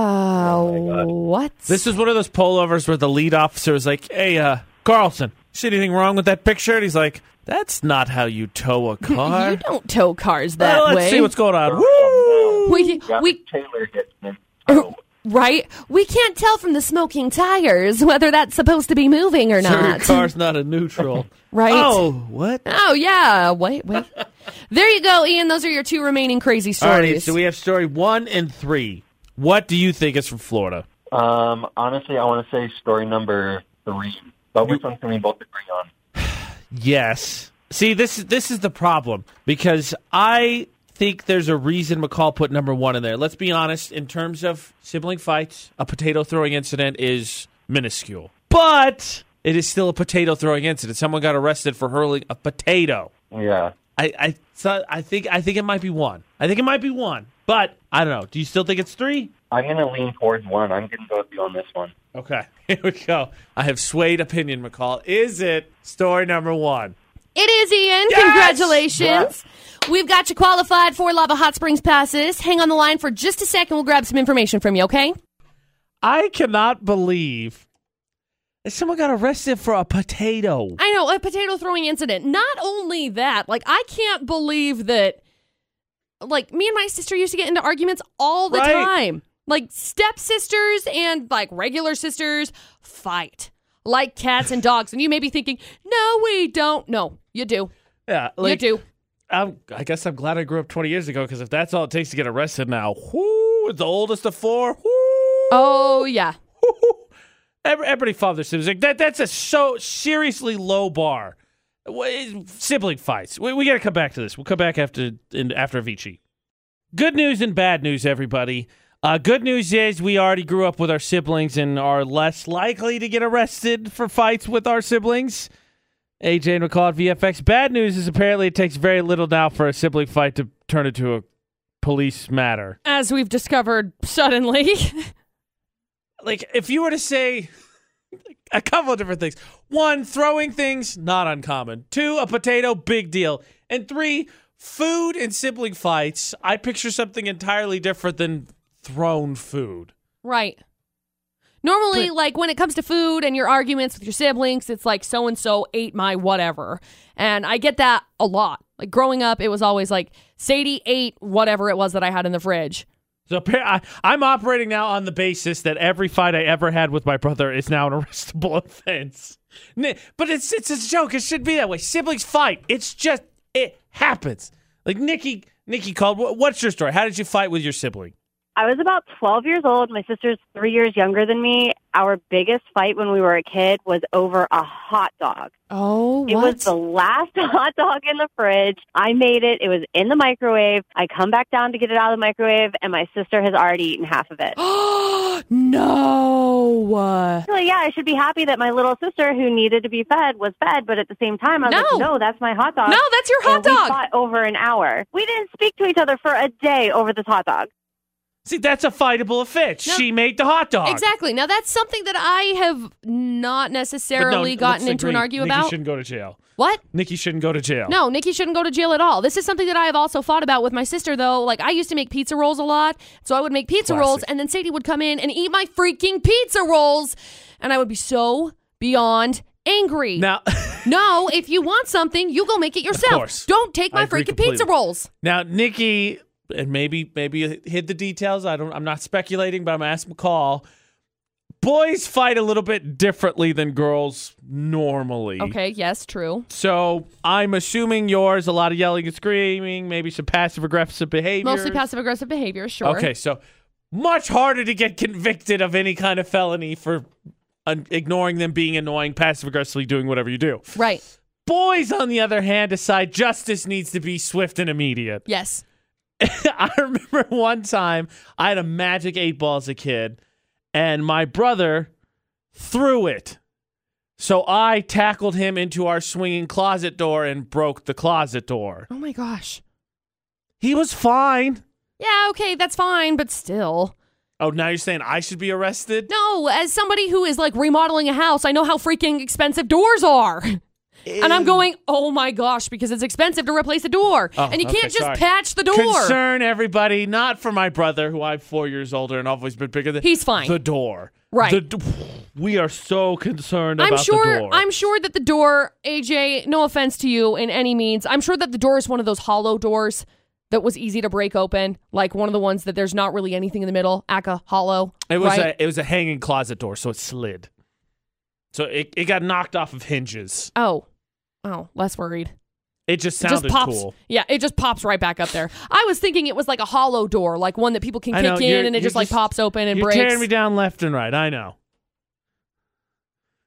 oh what? This is one of those pullovers where the lead officer is like, "Hey, uh, Carlson, see anything wrong with that picture?" And he's like, "That's not how you tow a car." you don't tow cars that well, Uh, let's way. see what's going on. Woo! we, Got we Taylor gets in. Oh, Right? We can't tell from the smoking tires whether that's supposed to be moving or Sir, your not. car's not a neutral. Right? Oh, what? Oh, yeah. Wait, wait. there you go, Ian. Those are your two remaining crazy All stories. right, so we have story one and three. What do you think is from Florida? um, honestly, I want to say story number three. But which one can we both agree on? Yes. See, this is this is the problem because I think there's a reason McCall put number one in there. Let's be honest. In terms of sibling fights, a potato throwing incident is minuscule, but it is still a potato throwing incident. Someone got arrested for hurling a potato. Yeah. I I so I think I think it might be one. I think it might be one, but I don't know. Do you still think it's three? I'm gonna lean towards one. I'm gonna go with you on this one. Okay, here we go. I have swayed opinion, McCall. Is it story number one? It is, Ian. Congratulations. We've got you qualified for Lava Hot Springs passes. Hang on the line for just a second. We'll grab some information from you, okay? I cannot believe Someone got arrested for a potato. I know, a potato throwing incident. Not only that, like I can't believe that like me and my sister used to get into arguments all the Right. time. Like stepsisters and like regular sisters fight like cats and dogs. And you may be thinking, "No, we don't." No, you do. Yeah, like, you do. I'm, I guess I'm glad I grew up 20 years ago because if that's all it takes to get arrested now, whoo, the oldest of four, whoo, Oh, yeah. every, everybody father sibling like, that. That's a so seriously low bar. Wha- eh, Sibling fights. We, we got to come back to this. We'll come back after in, after Avicii. Good news and bad news, everybody. Uh, good news is we already grew up with our siblings and are less likely to get arrested for fights with our siblings. AJ and McCall at VFX. Bad news is apparently it takes very little now for a sibling fight to turn into a police matter. As we've discovered suddenly. like if you were to say a couple of different things one throwing things not uncommon two a potato big deal and three food and sibling fights i picture something entirely different than thrown food Right. Normally, like when it comes to food and your arguments with your siblings, it's like so and so ate my whatever. And I get that a lot. Like growing up, it was always like Sadie ate whatever it was that I had in the fridge. so appar- I, i'm operating now on the basis that every fight i ever had with my brother is now an arrestable offense N- but it's it's a joke it should be that way siblings fight it's just it happens like nikki nikki called "Wha- what's your story how did you fight with your sibling I was about 12 years old. My sister's three years younger than me. Our biggest fight when we were a kid was over a hot dog. Oh, It was the last hot dog in the fridge. I made it. It was in the microwave. I come back down to get it out of the microwave, and my sister has already eaten half of it. no. Actually, yeah, I should be happy that my little sister, who needed to be fed, was fed. But at the same time, I was No. like, no, that's my hot dog. No, that's your hot And we dog. fought over an hour. We didn't speak to each other for a day over this hot dog. See, that's a fightable offense. No. She made the hot dog. Exactly. Now, that's something that I have not But no, necessarily let's gotten into an agree. argue Nikki about. shouldn't go to jail. What? Nikki shouldn't go to jail. No, Nikki shouldn't go to jail at all. This is something that I have also thought about with my sister, though. Like, I used to make pizza rolls a lot. So I would make pizza Classic. rolls, and then Sadie would come in and eat my freaking pizza rolls. And I would be so beyond angry. Now, no, if you want something, you go make it yourself. course. Don't take I my agree freaking pizza completely. rolls. now Nikki, and maybe maybe you hid the details. I don't. I'm not speculating, but I'm gonna ask McCall. Boys fight a little bit differently than girls normally. Okay, yes, true. So I'm assuming yours a lot of yelling and screaming, maybe some passive aggressive behavior. Mostly passive aggressive behavior, sure. Okay, so much harder to get convicted of any kind of felony for uh, ignoring them, being annoying, passive aggressively doing whatever you do. Right. Boys, on the other hand, decide justice needs to be swift and immediate. Yes. I remember one time I had a magic eight ball as a kid, and my brother threw it. So I tackled him into our swinging closet door and broke the closet door. Oh my gosh. He was fine. Yeah, okay, that's fine, but still. Oh, now you're saying I should be arrested? No, as somebody who is like remodeling a house, I know how freaking expensive doors are. And I'm going, oh my gosh, because it's expensive to replace a door. Oh, and you okay, can't just sorry. patch the door. Concern, everybody, not for my brother, who I'm four years older and I've always been bigger than. He's fine. The door. Right. The d- we are so concerned I'm about the sure door. I'm sure that the door, AJ, no offense to you in any means, I'm sure that the door is one of those hollow doors that was easy to break open, like one of the ones that there's not really anything in the middle, aka hollow. It was right? a it was a hanging closet door, so it slid. So it, it got knocked off of hinges. Oh. Oh, less worried. It just It sounded just pops. cool. Yeah, it just pops right back up there. I was thinking it was like a hollow door, like one that people can I kick know, you're- in and it you're just like just- pops open and You're breaks. tearing me down left and right. I know.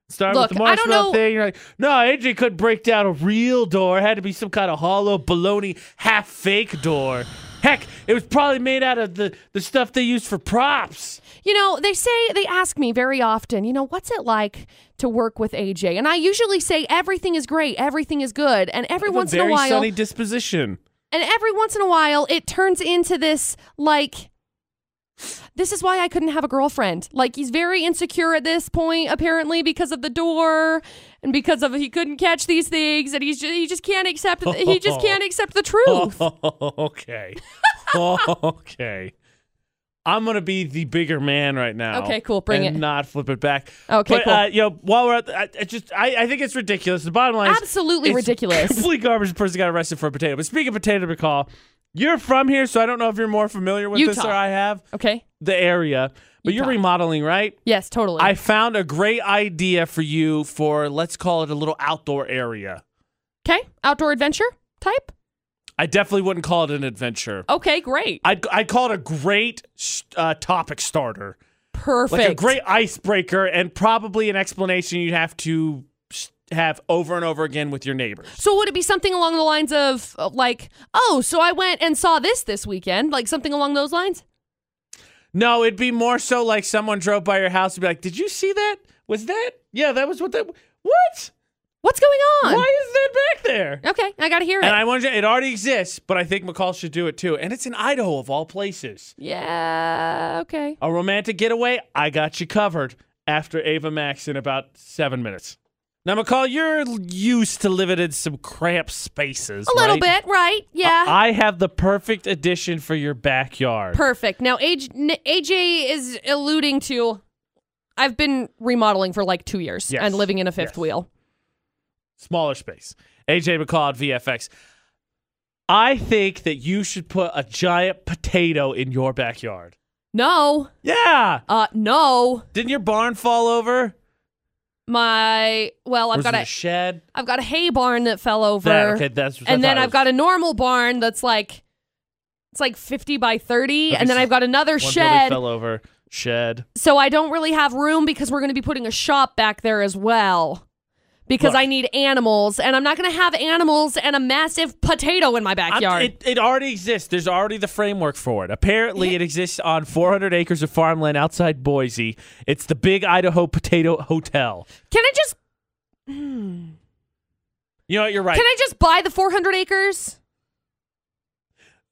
Start Look, with the I don't marshmallow know- thing. You're like, no, AJ couldn't break down a real door. It had to be some kind of hollow, baloney, half fake door. Heck, it was probably made out of the, the stuff they used for props. You know, they say, they ask me very often, you know, what's it like to work with AJ? And I usually say everything is great, everything is good. And every once in a while, disposition. and every once in a while, it turns into this like, this is why I couldn't have a girlfriend. Like, he's very insecure at this point, apparently, because of the door and because of he couldn't catch these things. And he's just, he just can't accept, he just can't accept the truth. okay. okay. I'm gonna be the bigger man right now. Okay, cool. Bring and it. Not flip it back. Okay, but, cool. Uh, you know, while we're at, the, I, I just, I, I think it's ridiculous. The bottom line, is Absolutely it's ridiculous. Complete garbage. Person got arrested for a potato. But speaking of potato recall, you're from here, so I don't know if you're more familiar with this Utah. or I have Okay. the area. But you're Utah. remodeling, right? Yes, totally. I found a great idea for you for let's call it a little outdoor area. okay. Outdoor adventure type. I definitely wouldn't call it an adventure. Okay, great. I'd, I'd call it a great uh, topic starter. Perfect. like a great icebreaker and probably an explanation you'd have to s- have over and over again with your neighbors. So would it be something along the lines of uh, like, oh, so I went and saw this this weekend, like something along those lines? No, it'd be more so like someone drove by your house and be like, "Did you see that? Was that? Yeah, that was what that. What? What's going on? Why is that back there?" Okay, I gotta hear it. And I wonder, it already exists, but I think McCall should do it too. And it's in Idaho of all places. yeah. Okay. A romantic getaway, I got you covered after Ava Max in about seven minutes. Now, McCall, you're used to living in some cramped spaces. A little right? bit, right? Yeah. I have the perfect addition for your backyard. Perfect. Now, AJ, n- AJ is alluding to I've been remodeling for like two years Yes. and living in a fifth Yes. wheel. Smaller space. AJ McCall at VFX. I think that you should put a giant potato in your backyard. No. Yeah. Uh, no. Didn't your barn fall over? My well, Or I've was got it a a shed. I've got a hay barn that fell over. That, okay, that's I and thought then it I've was got a normal barn that's like it's like 50 by 30 Okay, and then so I've got another one building shed fell over. Shed. so I don't really have room because we're going to be putting a shop back there as well because Look. I need animals and I'm not going to have animals and a massive potato in my I'm- backyard. It, it already exists. There's already the framework for it. Apparently, it exists on 400 acres of farmland outside Boise. It's the Big Idaho Potato Hotel. Can I just You know what? You're right. can I just buy the 400 acres?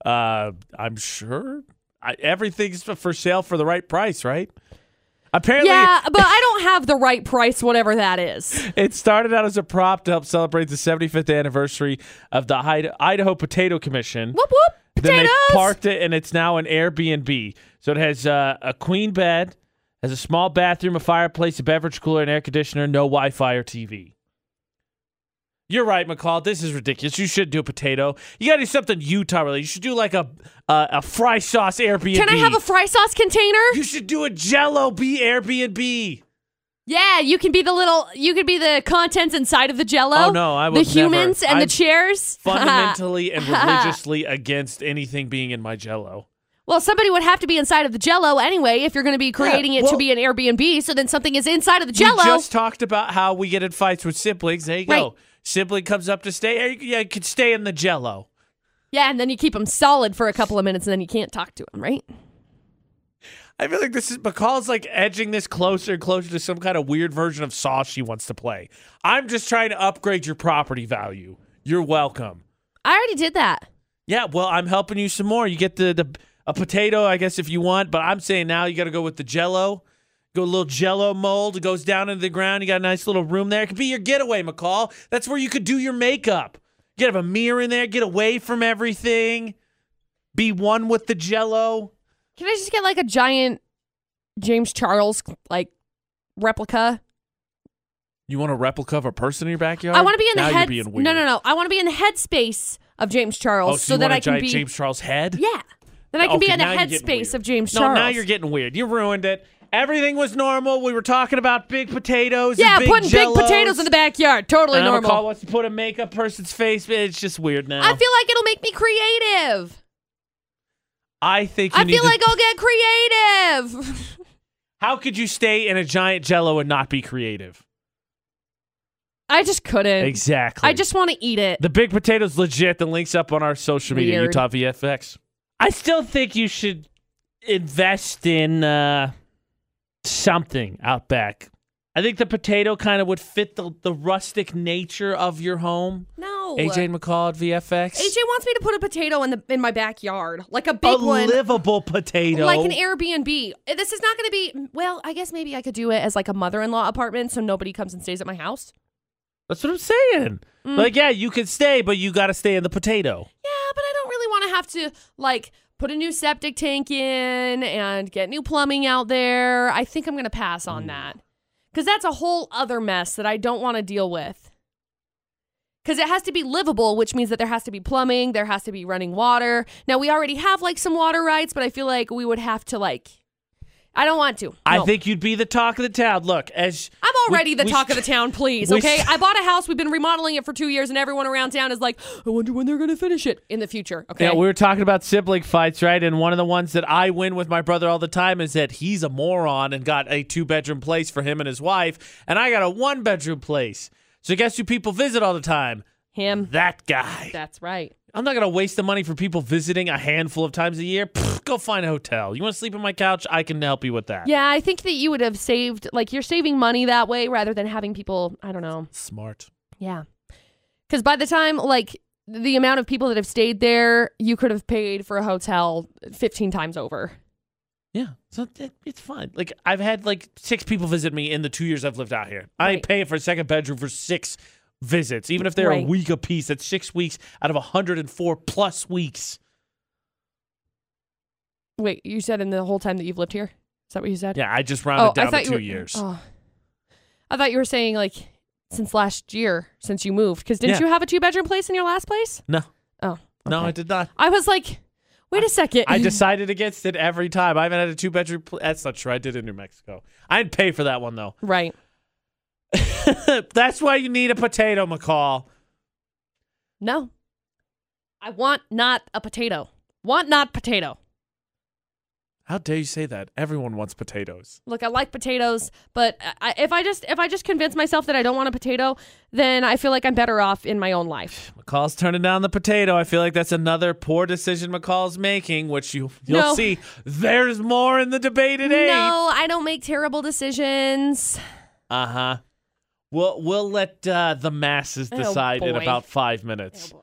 Uh, I'm sure I, everything's for sale for the right price, right? Apparently, Yeah, but I don't have the right price whatever that is. it started out as a prop to help celebrate the 75th anniversary of the Ida- Idaho Potato Commission. Whoop whoop. Then Potatoes. they parked it, and it's now an Airbnb. So it has uh, a queen bed, has a small bathroom, a fireplace, a beverage cooler, an air conditioner, no Wi-Fi or TV. You're right, McCall. This is ridiculous. You should do a potato. You gotta do something Utah related. You should do like a uh, a fry sauce Airbnb. Can I have a fry sauce container? You should do a Jello B Airbnb. Yeah, you can be the little, you could be the contents inside of the Jello. Oh, no, I The would never. humans and I'm the chairs. Fundamentally and religiously against anything being in my Jello. well, somebody would have to be inside of the Jello anyway if you're going to be creating it to well- be an Airbnb. So then something is inside of the Jello. We just talked about how we get in fights with siblings. There you go. Right. Sibling comes up to stay. eh, Yeah, you could stay in the Jello. yeah, and then you keep them solid for a couple of minutes, and then you can't talk to them, right? I feel like this is McCall's like edging this closer and closer to some kind of weird version of Saw she wants to play. I'm just trying to upgrade your property value. You're welcome. I already did that. Yeah, well, I'm helping you some more. You get the, the a potato, I guess, if you want, but I'm saying now you got to go with the Jello. Go a little Jello mold. It goes down into the ground. You got a nice little room there. It could be your getaway, McCall. That's where you could do your makeup. You could have a mirror in there. Get away from everything. Be one with the Jello. Can I just get like a giant James Charles like replica? You want a replica of a person in your backyard? I want to be in the now head. You're being No, weird. no, no. I want to be in the headspace of James Charles Oh, so, you that want a I can giant be. James Charles head? Yeah. Then I can be Oh, Okay, in the now you're getting headspace weird. of James no, Charles. now you're getting weird. You ruined it. Everything was normal. We were talking about big potatoes. Yeah, and big putting big potatoes in the backyard. Totally And normal. McCall wants to put a makeup person's face. but It's just weird now. I feel like it'll make me creative. I think. You I need feel to- like I'll get creative. How could you stay in a giant Jello and not be creative? I just couldn't. Exactly. I just want to eat it. The big potato's legit. The link's up on our social media, Weird. Utah VFX. I still think you should invest in uh, something out back. I think the potato kind of would fit the, the rustic nature of your home. No. AJ and McCall at VFX. AJ wants me to put a potato in the in my backyard, like a a big one. livable potato. Like an Airbnb. This is not going to be. Well, I guess maybe I could do it as like a mother-in-law apartment, so nobody comes and stays at my house. That's what I'm saying. Mm. Like, yeah, you could stay, but you got to stay in the potato. Yeah, but I don't really want to have to like put a new septic tank in and get new plumbing out there. I think I'm going to pass Mm. on that because that's a whole other mess that I don't want to deal with. Because it has to be livable, which means that there has to be plumbing, there has to be running water. Now, we already have like some water rights, but I feel like we would have to, like, I don't want to. I No. think you'd be the talk of the town. Look, as I'm we- already the we talk st- of the town, please, we okay? st- I bought a house, we've been remodeling it for two years, and everyone around town is like, I wonder when they're going to finish it in the future, okay? Yeah, we were talking about sibling fights, right? And one of the ones that I win with my brother all the time is that he's a moron and got a two bedroom place for him and his wife, and I got a one bedroom place. So guess who people visit all the time? Him. That guy. That's right. I'm not gonna waste the money for people visiting a handful of times a year. Pfft, go find a hotel. You want to sleep on my couch? I can help you with that. Yeah, I think that you would have saved, like, you're saving money that way rather than having people, I don't know. Smart. Yeah. Because by the time, like, the amount of people that have stayed there, you could have paid for a hotel 15 times over. Yeah, so it, it's fine. Like I've had like six people visit me in the two years I've lived out here. I ain't Right. paying for a second bedroom for six visits, even if they're Right. a week apiece. That's six weeks out of 104 plus weeks. Wait, you said in the whole time that you've lived here? Is that what you said? Yeah, I just rounded down to Oh, you two were- years. Oh. I thought you were saying, like, since last year, since you moved. Because didn't Yeah. you have a two bedroom place in your last place? No, Oh. no, okay. I did not. I was like, wait a second. I decided against it every time. I haven't had a two bedroom. Pl- That's not true. I did in New Mexico. I didn't pay for that one though. right. That's why you need a potato, McCall. No. I want not a potato. Want not potato. How dare you say that? Everyone wants potatoes. Look, I like potatoes, but I, if I just if I just convince myself that I don't want a potato, then I feel like I'm better off in my own life. McCall's turning down the potato. I feel like that's another poor decision McCall's making, which you you'll No. see. There's more in the debate at No, I don't make terrible decisions. Uh huh. We'll we'll let uh, the masses Oh, decide in boy. about five minutes. boy.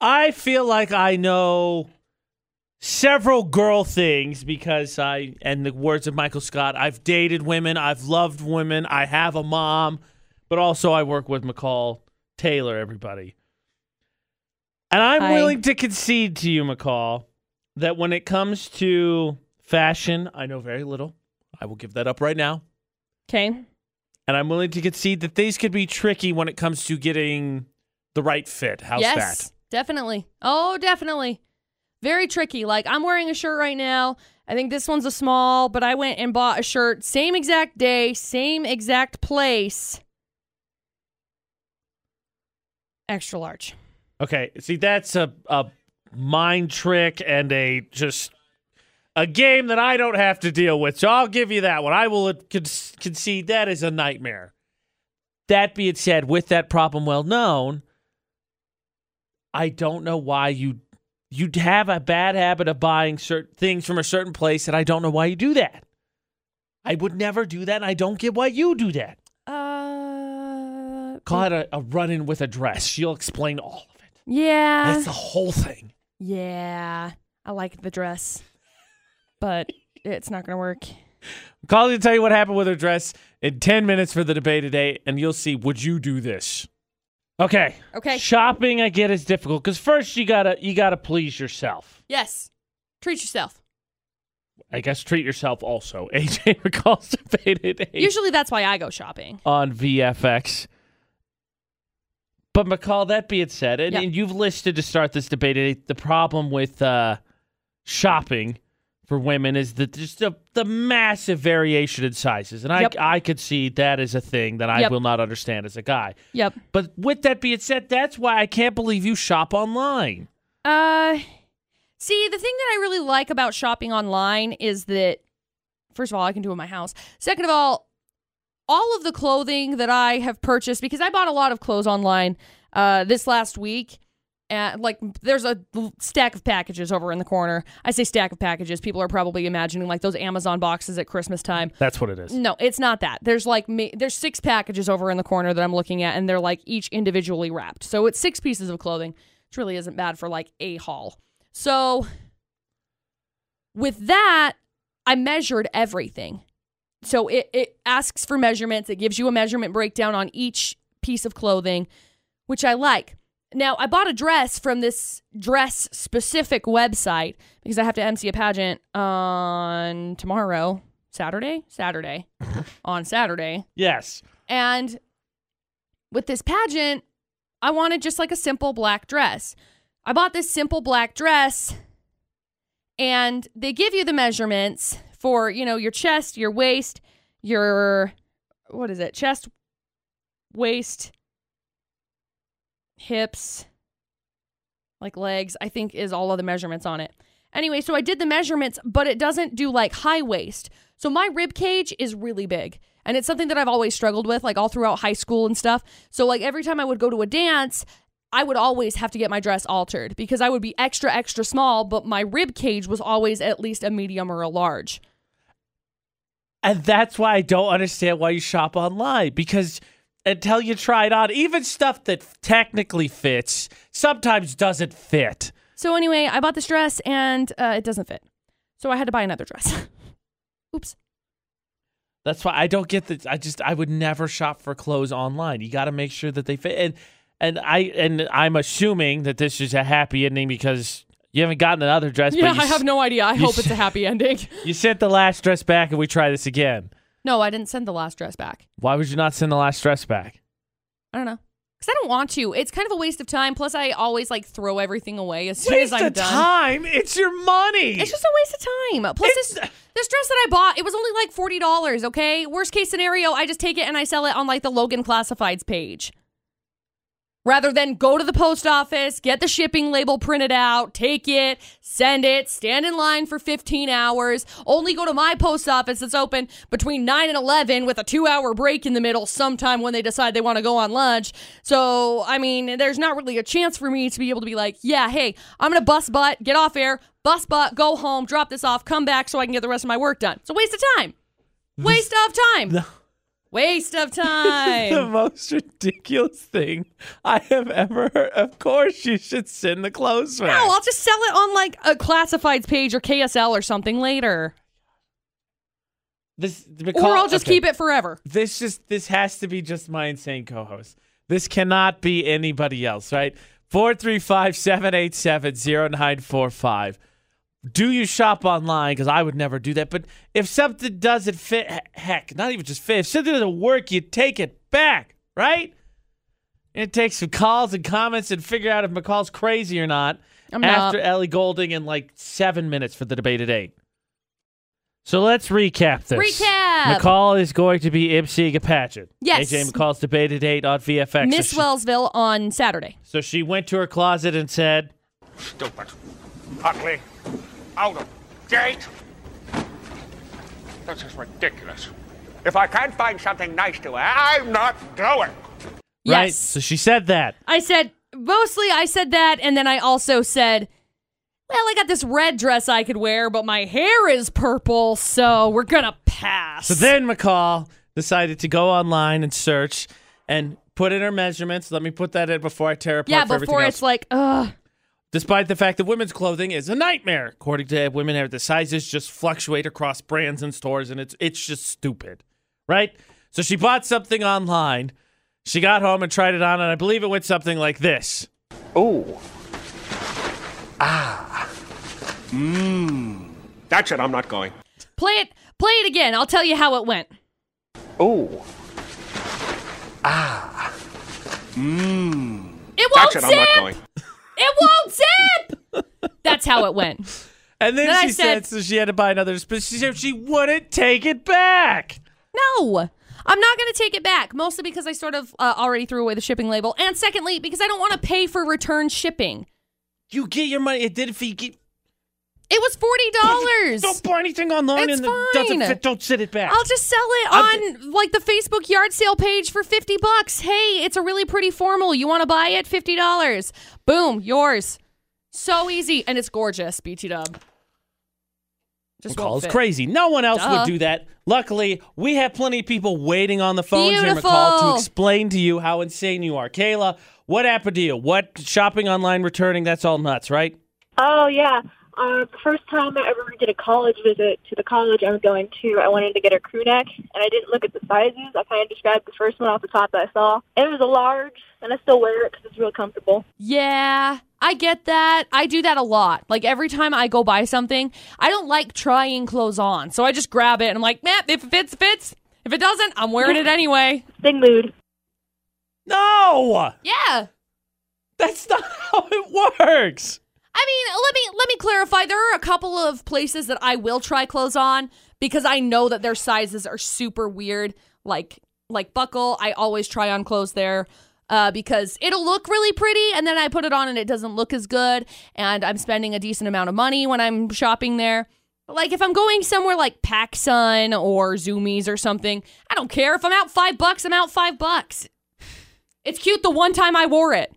I feel like I know several girl things because I, and the words of Michael Scott, I've dated women, I've loved women, I have a mom, but also I work with McCall Taylor, everybody. And I'm Hi. willing to concede to you, McCall, that when it comes to fashion, I know very little. I will give that up right now. Okay. And I'm willing to concede that these could be tricky when it comes to getting the right fit. How's yes, that? definitely. Oh, definitely. Very tricky. Like I'm wearing a shirt right now. I think this one's a small, but I went and bought a shirt same exact day, same exact place. Extra large. Okay, see that's a a mind trick and a just a game that I don't have to deal with. So I'll give you that one. I will con- concede that is a nightmare. That being said, with that problem well known, I don't know why you you'd have a bad habit of buying certain things from a certain place, and I don't know why you do that. I would never do that, and I don't get why you do that. Uh Call it a, a run in with a dress. She'll explain all of it. Yeah. That's the whole thing. Yeah, I like the dress, but it's not gonna work. Callie will tell you what happened with her dress in 10 minutes for the debate today, and you'll see would you do this? Okay. Okay. Shopping I get is difficult because first you gotta you gotta please yourself. Yes, treat yourself. I guess treat yourself also. AJ recalls debate at eight Usually that's why I go shopping. on VFX. But McCall, that being said, and, Yeah. and you've listed to start this debate at eight, the problem with uh, shopping for women is that just the, the massive variation in sizes. And I Yep. I could see that is a thing that I Yep. will not understand as a guy. Yep. But with that being said, that's why I can't believe you shop online. Uh, see, the thing that I really like about shopping online is that, first of all, I can do it in my house. Second of all, all of the clothing that I have purchased because I bought a lot of clothes online uh, this last week. And like, there's a l- stack of packages over in the corner. I say stack of packages. People are probably imagining like those Amazon boxes at Christmas time. That's what it is. No, it's not that. There's like ma- there's six packages over in the corner that I'm looking at, and they're like each individually wrapped. So it's six pieces of clothing, which really isn't bad for like a haul. So with that, I measured everything. So it it asks for measurements. It gives you a measurement breakdown on each piece of clothing, which I like. Now, I bought a dress from this dress specific website because I have to MC a pageant on tomorrow, Saturday, Saturday, on Saturday. Yes. And with this pageant, I wanted just like a simple black dress. I bought this simple black dress, and they give you the measurements for, you know, your chest, your waist, your, what is it? Chest, waist, hips, like legs, I think is all of the measurements on it. Anyway, so I did the measurements, but it doesn't do like high waist. So my rib cage is really big. And it's something that I've always struggled with, like all throughout high school and stuff. So, like, every time I would go to a dance, I would always have to get my dress altered because I would be extra, extra small, but my rib cage was always at least a medium or a large. And that's why I don't understand why you shop online because until you try it on, even stuff that technically fits sometimes doesn't fit. So anyway, I bought this dress and uh, it doesn't fit. So I had to buy another dress. Oops. That's why I don't get the. I just I would never shop for clothes online. You got to make sure that they fit. And and I and I'm assuming that this is a happy ending because you haven't gotten another dress. Yeah, but you, I have no idea. I you hope it's a s- happy ending. you sent the last dress back, and we try this again. No, I didn't send the last dress back. Why would you not send the last dress back? I don't know. Because I don't want to. It's kind of a waste of time. Plus, I always like throw everything away as soon as I'm done. time. It's your money. It's just a waste of time. Plus, this, this dress that I bought, it was only like forty dollars. Okay, worst case scenario, I just take it and I sell it on like the Logan Classifieds page, rather than go to the post office, get the shipping label printed out, take it, send it, stand in line for fifteen hours, only go to my post office that's open between nine and eleven with a two-hour break in the middle sometime when they decide they want to go on lunch. So, I mean, there's not really a chance for me to be able to be like, yeah, hey, I'm gonna bust butt, get off air, bus butt, go home, drop this off, come back so I can get the rest of my work done. It's a waste of time. Waste of time. Waste of the time. most ridiculous thing I have ever heard. Of course, you should send the clothes back. No, I'll just sell it on like a classifieds page or KSL or something later. this, or I'll just keep it forever. This just this has to be just my insane co-host. This cannot be anybody else, right? Four three five seven eight seven zero nine four five. Do you shop online? Because I would never do that. But if something doesn't fit, he- heck, not even just fit. If something doesn't work, you take it back, right? It takes some calls and comments and figure out if McCall's crazy or not. I'm not. after Ellie Golding in like seven minutes for the debate at eight. So let's recap this. Recap. McCall is going to be emceeing a pageant. Yes. AJ McCall's debate at eight on VFX. Miss so she, Wellsville on Saturday. so she went to her closet and said, Stupid. Ugly. Out of date. This is ridiculous. If I can't find something nice to wear, I'm not going. right? Yes. So she said that. I said mostly I said that, and then I also said, "Well, I got this red dress I could wear, but my hair is purple, so we're gonna pass." So then McCall decided to go online and search and put in her measurements. Let me put that in before I tear apart yeah, for everything before else. it's like, ugh, despite the fact that women's clothing is a nightmare. According to women, have- the sizes just fluctuate across brands and stores, and it's it's just stupid, right? So she bought something online. She got home and tried it on, and I believe it went something like this. Oh. Ah. Mmm. That's it. I'm not going. play it, play it again. I'll tell you how it went. Oh. It won't Mmm. That's it. I'm zip. not going. It won't zip. That's how it went. And then, Then I she said, said- so she had to buy another, but she said she wouldn't take it back. No. I'm not going to take it back, mostly because I sort of uh, already threw away the shipping label. And secondly, because I don't want to pay for return shipping. You get your money. It did if you get. It was $40. Don't buy anything online It's and it doesn't fine. fit. Don't sit it back. I'll just sell it I'm on like the Facebook yard sale page for 50 bucks. Hey, it's a really pretty formal. You want to buy it? $50. Boom, yours. So easy and it's gorgeous, BT Dub. Just won't McCall's fit. crazy. No one else Duh. would do that. Luckily, we have plenty of people waiting on the phones here, Beautiful. McCall, to explain to you how insane you are. Kayla, what happened to you? What shopping online, returning? That's all nuts, right? Oh yeah. Uh, the first time I ever did a college visit to the college I'm going to, I wanted to get a crew neck, and I didn't look at the sizes. I kind of described the first one off the top that I saw. It was a large, and I still wear it because it's real comfortable. Yeah, I get that. I do that a lot. Like every time I go buy something, I don't like trying clothes on. So I just grab it and I'm like, man, if it fits, it fits. If it doesn't, I'm wearing it anyway. Big mood. No, Yeah. that's not how it works. I mean, let me let me clarify. There are a couple of places that I will try clothes on because I know that their sizes are super weird. Like like buckle, I always try on clothes there uh, because it'll look really pretty, and then I put it on and it doesn't look as good. And I'm spending a decent amount of money when I'm shopping there. But like if I'm going somewhere like PacSun or Zoomies or something, I don't care if I'm out five bucks. I'm out five bucks. It's cute the one time I wore it.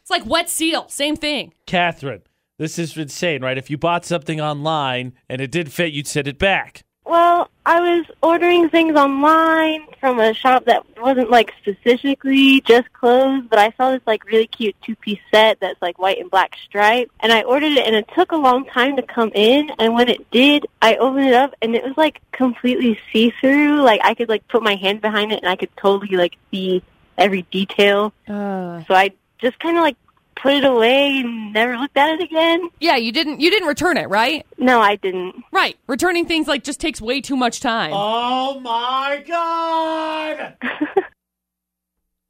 It's like wet seal, same thing. Catherine, this is insane, right? If you bought something online and it did fit, you'd send it back. Well, I was ordering things online from a shop that wasn't like specifically just clothes, but I saw this like really cute two piece set that's like white and black stripe, and I ordered it, and it took a long time to come in, and when it did, I opened it up, and it was like completely see through. Like I could like put my hand behind it, and I could totally like see every detail. So I just kind of like put it away and never looked at it again. Yeah, you didn't you didn't return it, right? No, I didn't. Right. Returning things like just takes way too much time. Oh my god!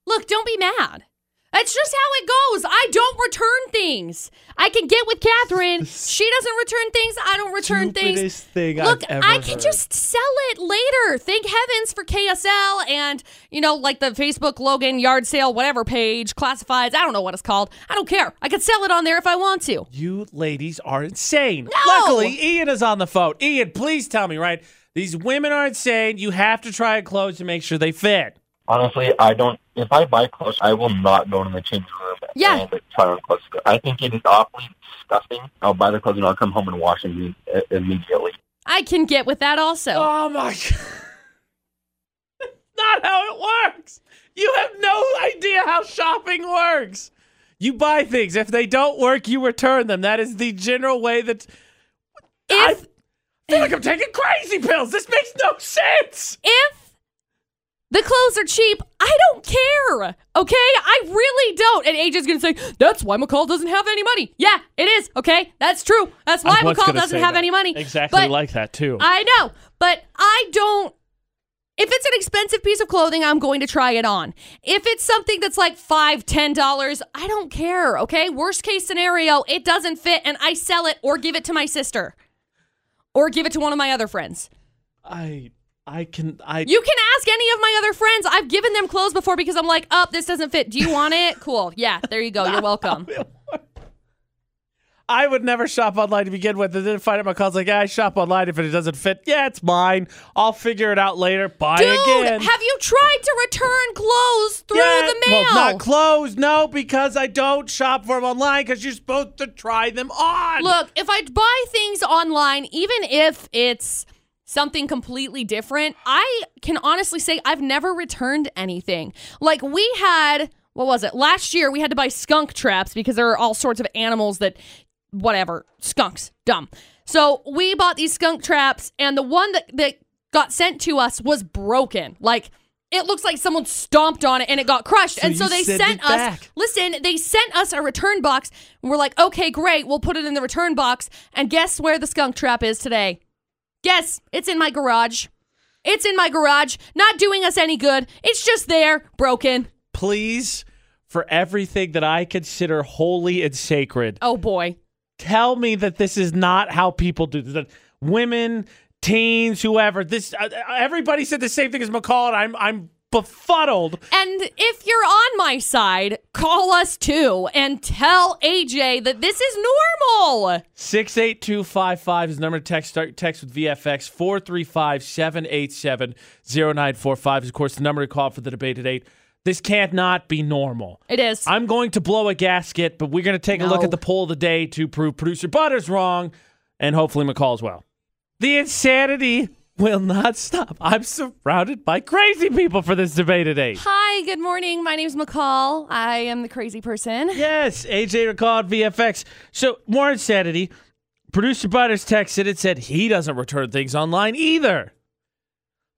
Look, don't be mad. That's just how it goes. I don't return things. I can get with Catherine. She doesn't return things. I don't return things. Stupidest thing Look, I've ever I can heard. just sell it later. Thank heavens for KSL and, you know, like the Facebook Logan yard sale, whatever page, classifieds. I don't know what it's called. I don't care. I could sell it on there if I want to. You ladies are insane. Luckily, Ian is on the phone. Ian, please tell me, right? These women are insane. You have to try clothes to make sure they fit. Honestly, I don't. If I buy clothes, I will not go in the changing room Yeah. and try on clothes. I think it is awfully disgusting. I'll buy the clothes and I'll come home and wash them imme- immediately. I can get with that also. Oh my god. Not how it works. You have no idea how shopping works. You buy things. If they don't work, you return them. That is the general way that I if feel like I'm taking crazy pills. This makes no sense. if the clothes are cheap, I don't care. Okay? I really don't. And AJ's gonna say, that's why McCall doesn't have any money. Yeah, it is, okay? That's true. That's why McCall doesn't have any money. Exactly But like that too. I know, but I don't. If it's an expensive piece of clothing, I'm going to try it on. If it's something that's like five, ten dollars, I don't care. Okay, worst case scenario, it doesn't fit, and I sell it or give it to my sister, or give it to one of my other friends. I I can I You can ask any of my other friends. I've given them clothes before because I'm like, up, this doesn't fit. Do you want it? Cool. Yeah, there you go. You're welcome. I would never shop online to begin with. And then find out my call's like, yeah, I shop online if it doesn't fit. Yeah, it's mine. I'll figure it out later. Buy Dude, again. have you tried to return clothes through Yeah, the mail? Well, not closed. No, because I don't shop for them online because you're supposed to try them on. Look, if I buy things online, even if it's something completely different, I can honestly say I've never returned anything. Like we had, what was it? Last year we had to buy skunk traps because there are all sorts of animals that whatever, skunks, dumb. So we bought these skunk traps and the one that that got sent to us was broken. Like it looks like someone stomped on it and it got crushed. and so you they sent sent it us back. Listen, they sent us a return box, and we're like, okay, great, we'll put it in the return box. And guess where the skunk trap is today? Guess it's in my garage. It's in my garage, not doing us any good. It's just there, broken. Please, for everything that I consider holy and sacred, Oh boy. tell me that this is not how people do this. That Women, teens, whoever. This uh, everybody said the same thing as McCall, and I'm I'm befuddled. And if you're on my side, call us too and tell AJ that this is normal. Six eight two five five is the number to text. Start text with VFX four three five seven eight seven zero nine four five is of course the number to call for the debate at eight. This can't not be normal. It is. I'm going to blow a gasket, but we're going to take a look No. at the poll of the day to prove producer Butter's wrong, and hopefully McCall as well. The insanity will not stop. I'm surrounded by crazy people for this debate at eight. Hi, good morning. My name's McCall. I am the crazy person. Yes, AJ recalled VFX. So more insanity. Producer Butters texted and said he doesn't return things online either.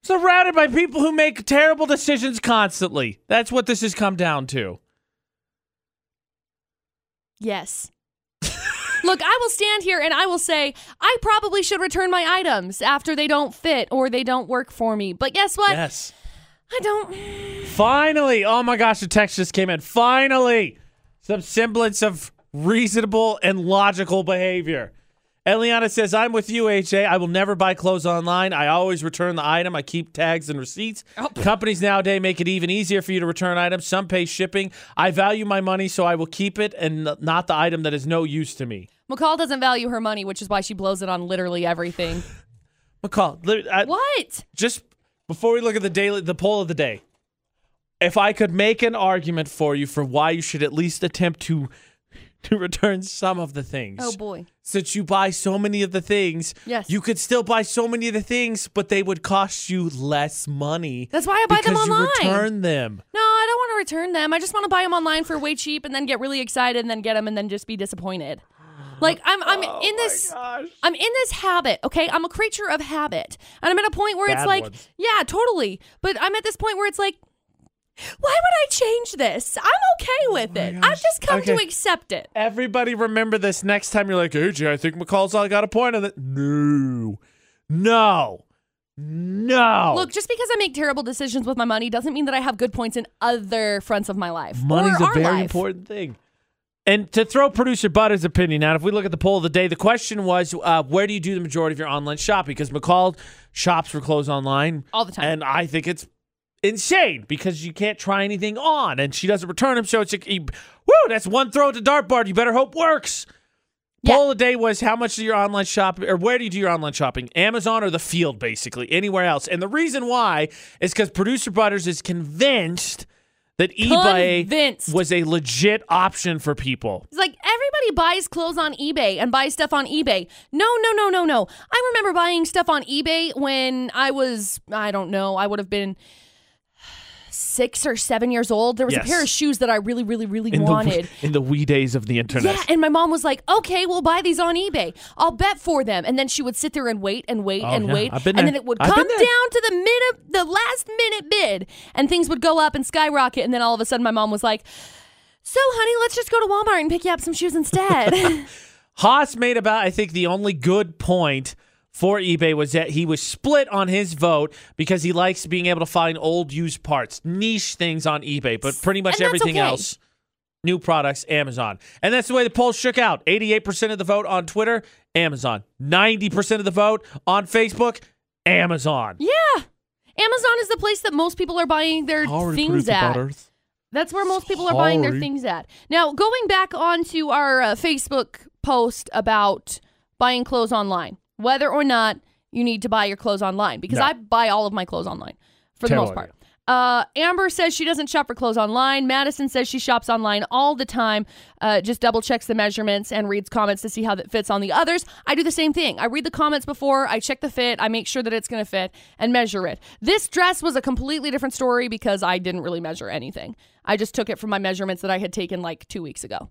Surrounded by people who make terrible decisions constantly. That's what this has come down to. Yes. Look, I will stand here and I will say I probably should return my items after they don't fit or they don't work for me. But guess what? Yes. I don't. Finally. Oh my gosh, the text just came in. Finally. Some semblance of reasonable and logical behavior. Eliana says, I'm with you, AJ. I will never buy clothes online. I always return the item. I keep tags and receipts. Companies nowadays make it even easier for you to return items. Some pay shipping. I value my money, so I will keep it and n- not the item that is no use to me. McCall doesn't value her money, which is why she blows it on literally everything. McCall, li- I- what? just before we look at the daily the poll of the day if i could make an argument for you for why you should at least attempt to to return some of the things Oh boy. since you buy so many of the things Yes. you could still buy so many of the things but they would cost you less money That's why I buy them because online. you return them No, I don't want to return them. I just want to buy them online for way cheap and then get really excited and then get them and then just be disappointed. Like I'm I'm in this I'm in this habit, okay? I'm a creature of habit. And I'm at a point where Bad it's like, ones. yeah, totally. But I'm at this point where it's like why would I change this? I'm okay with it. I've just come to Okay. accept it. Everybody remember this next time you're like, AJ, I think McCall's all got a point on that. No. No. No. Look, just because I make terrible decisions with my money doesn't mean that I have good points in other fronts of my life. Money's or a our very life. important thing. And to throw producer Butter's opinion out, if we look at the poll of the day, the question was, uh, where do you do the majority of your online shopping? Because McCall shops for clothes online All the time. and I think it's insane because you can't try anything on, and she doesn't return them. So it's like, you- woo, that's one throw at the dartboard. You better hope works. Yeah. Poll of the day was how much do your online shopping, or where do you do your online shopping? Amazon or the field, basically, anywhere else. And the reason why is because producer Butters is convinced that eBay Convinced. was a legit option for people. It's like everybody buys clothes on eBay and buys stuff on eBay. No, no, no, no, no. I remember buying stuff on eBay when I was, I don't know, I would have been six or seven years old. There was Yes. a pair of shoes that I really, really, really In wanted. the in the wee days of the internet. Yeah, and my mom was like, "Okay, we'll buy these on eBay. I'll bet for them." And then she would sit there and wait and wait Oh, and yeah. wait, I've been and there. then it would I've come been down there. to the minute, the last minute bid, and things would go up and skyrocket. And then all of a sudden, my mom was like, "So, honey, let's just go to Walmart and pick you up some shoes instead." Haas made about, I think, the only good point for eBay was that he was split on his vote because he likes being able to find old used parts, niche things on eBay, but pretty much And that's everything okay. else. New products, Amazon. And that's the way the poll shook out. 88% of the vote on Twitter, Amazon. 90% of the vote on Facebook, Amazon. yeah, Amazon is the place that most people are buying their things at. That's where most people are buying their Sorry. things at. Now, going back onto our uh, Facebook post about buying clothes online, whether or not you need to buy your clothes online, because No. I buy all of my clothes online for the Terrible most part. Uh, Amber says she doesn't shop for clothes online. Madison says she shops online all the time, uh, just double checks the measurements and reads comments to see how that fits on the others. I do the same thing. I read the comments before, I check the fit, I make sure that it's going to fit, and measure it. This dress was a completely different story because I didn't really measure anything. I just took it from my measurements that I had taken like two weeks ago.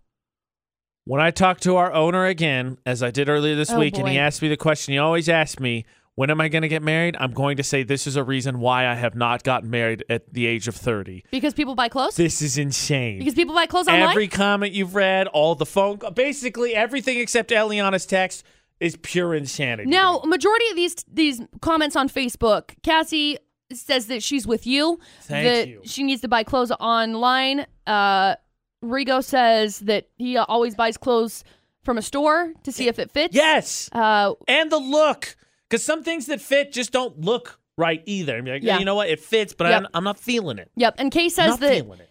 When I talked to our owner again, as I did earlier this Oh, week, and he boy. asked me the question he always asked me, when am I going to get married? I'm going to say this is a reason why I have not gotten married at the age of 30. Because people buy clothes? This is insane. because people buy clothes online? Every comment you've read, all the phone, basically everything except Eliana's text is pure insanity. Now, majority of these these comments on Facebook, Cassie says that she's with you. Thank that you. She needs to buy clothes online. Uh, Rigo says that he always buys clothes from a store to see if it fits. Yes. Uh, and the look because some things that fit just don't look right either And be like, Yeah. you know what it fits but Yep. I'm, I'm not feeling it yep. And Kay says not that feeling it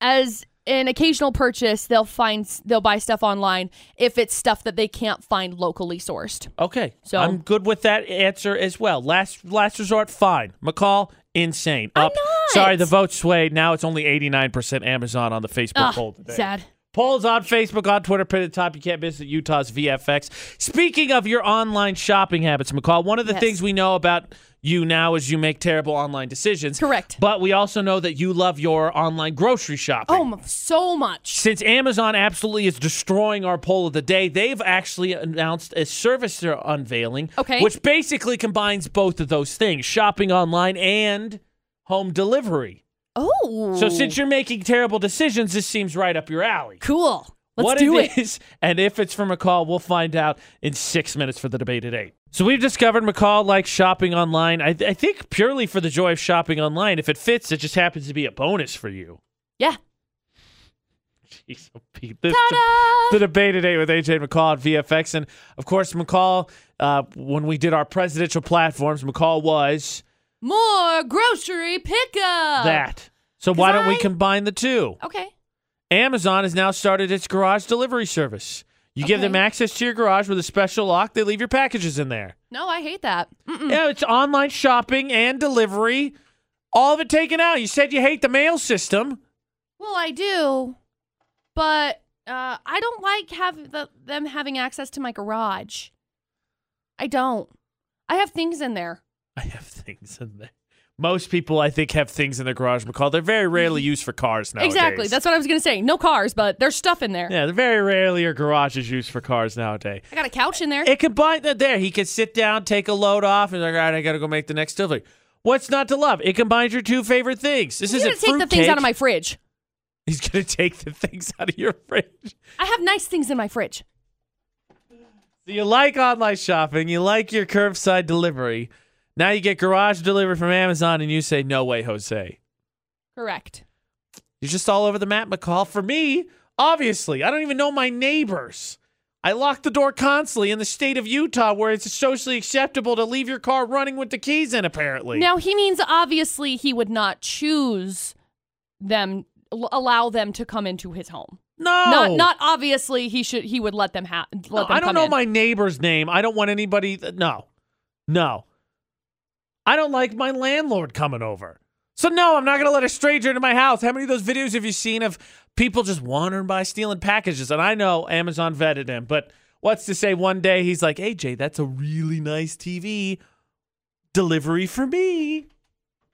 as an occasional purchase, they'll find they'll buy stuff online if it's stuff that they can't find locally sourced. okay So- i'm good with that answer as well last last resort fine mccall insane I'm up not. sorry the vote swayed now it's only 89% amazon on the facebook Ugh, poll today Ah, sad. Polls on Facebook, on Twitter, pin at the top. You can't miss it. Utah's VFX. Speaking of your online shopping habits, McCall, one of the Yes. things we know about you now as you make terrible online decisions. Correct. But we also know that you love your online grocery shopping. Oh, m- so much. Since Amazon absolutely is destroying our poll of the day, they've actually announced a service they're unveiling, Okay. which basically combines both of those things: shopping online and home delivery. Oh. So since you're making terrible decisions, this seems right up your alley. cool. Let's what do it. it is, and if it's from McCall, we'll find out in six minutes for the debate at eight. So we've discovered McCall likes shopping online. I, I think purely for the joy of shopping online. If it fits, it just happens to be a bonus for you. Yeah. Jeez, oh, Pete, this Ta-da! the debate today with AJ McCall at VFX. And of course, McCall, uh, when we did our presidential platforms, McCall was More grocery pickup. that. So why don't we I- combine the two? Okay. Amazon has now started its garage delivery service. You give Okay. them access to your garage with a special lock, they leave your packages in there. No, I hate that. Mm-mm. Yeah, it's online shopping and delivery. All of it taken out. You said you hate the mail system. Well, I do, but uh, I don't like have the, them having access to my garage. I don't. I have things in there. I have things in there. Most people, I think, have things in their garage, McCall. They're very rarely used for cars nowadays. Mm-hmm. Exactly. That's what I was gonna say. No cars, but there's stuff in there. Yeah, they're very rarely are garages used for cars nowadays. I got a couch in there. It combined that there. He could sit down, take a load off, and like, all right, I gotta go make the next delivery. What's not to love? It combines your two favorite things. This I'm isn't gonna take the things fruitcake. out of my fridge. He's gonna take the things out of your fridge. I have nice things in my fridge. So you like online shopping, you like your curbside delivery. Now you get garage delivery from Amazon, and you say, "No way, Jose." Correct. You're just all over the map, McCall. For me, obviously, I don't even know my neighbors. I lock the door constantly in the state of Utah where it's socially acceptable to leave your car running with the keys in, apparently. Now he means obviously he would not choose them l- allow them to come into his home. no. Not not obviously he should he would let them have let No, them I don't come know in. my neighbor's name. I don't want anybody. Th- no. No. I don't like my landlord coming over. So, no, I'm not going to let a stranger into my house. How many of those videos have you seen of people just wandering by stealing packages? And I know Amazon vetted him, but what's to say one day he's like, hey, Jay, that's a really nice TV. Delivery for me.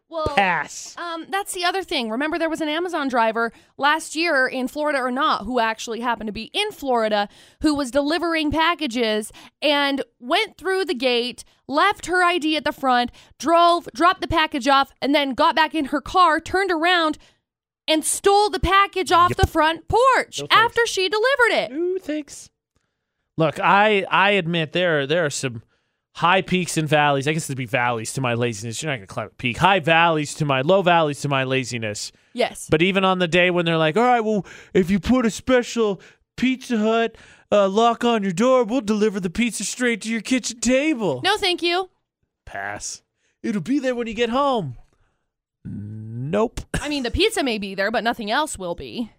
well, Pass. Um, that's the other thing. Remember, there was an Amazon driver last year in Florida or not, who actually happened to be in Florida, who was delivering packages and went through the gate, left her ID at the front, drove, dropped the package off, and then got back in her car, turned around, and stole the package off the front porch No thanks. after she delivered it. Ooh, thanks. Look, I I admit there are, there are some high peaks and valleys. I guess it'd be valleys to my laziness. You're not gonna climb a peak. High valleys to my low valleys to my laziness. Yes. But even on the day when they're like, all right, well, if you put a special Pizza Hut uh, lock on your door, we'll deliver the pizza straight to your kitchen table. no, thank you. Pass. It'll be there when you get home. Nope. I mean, the pizza may be there, but nothing else will be.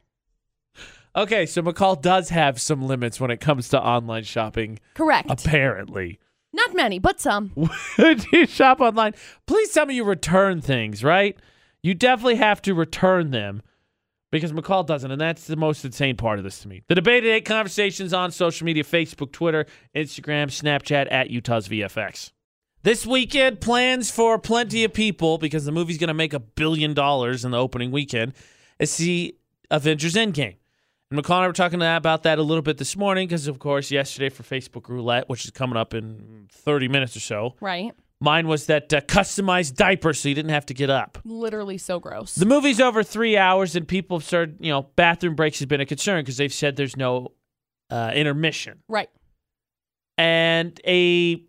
Okay, so McCall does have some limits when it comes to online shopping, Correct. apparently. Not many, but some. when you shop online, please tell me you return things, right? You definitely have to return them because McCall doesn't, and that's the most insane part of this to me. The debate at eight conversations on social media Facebook, Twitter, Instagram, Snapchat at Utah's VFX. This weekend, plans for plenty of people because the movie's going to make a billion dollars in the opening weekend is see Avengers Endgame. And McCall and I were talking to- about that a little bit this morning because, of course, yesterday for Facebook Roulette, which is coming up in 30 minutes or so, Right. Mine was that uh, customized diaper, so you didn't have to get up. Literally so gross. The movie's over three hours, and people have started, you know, bathroom breaks has been a concern because they've said there's no uh, intermission. right. And a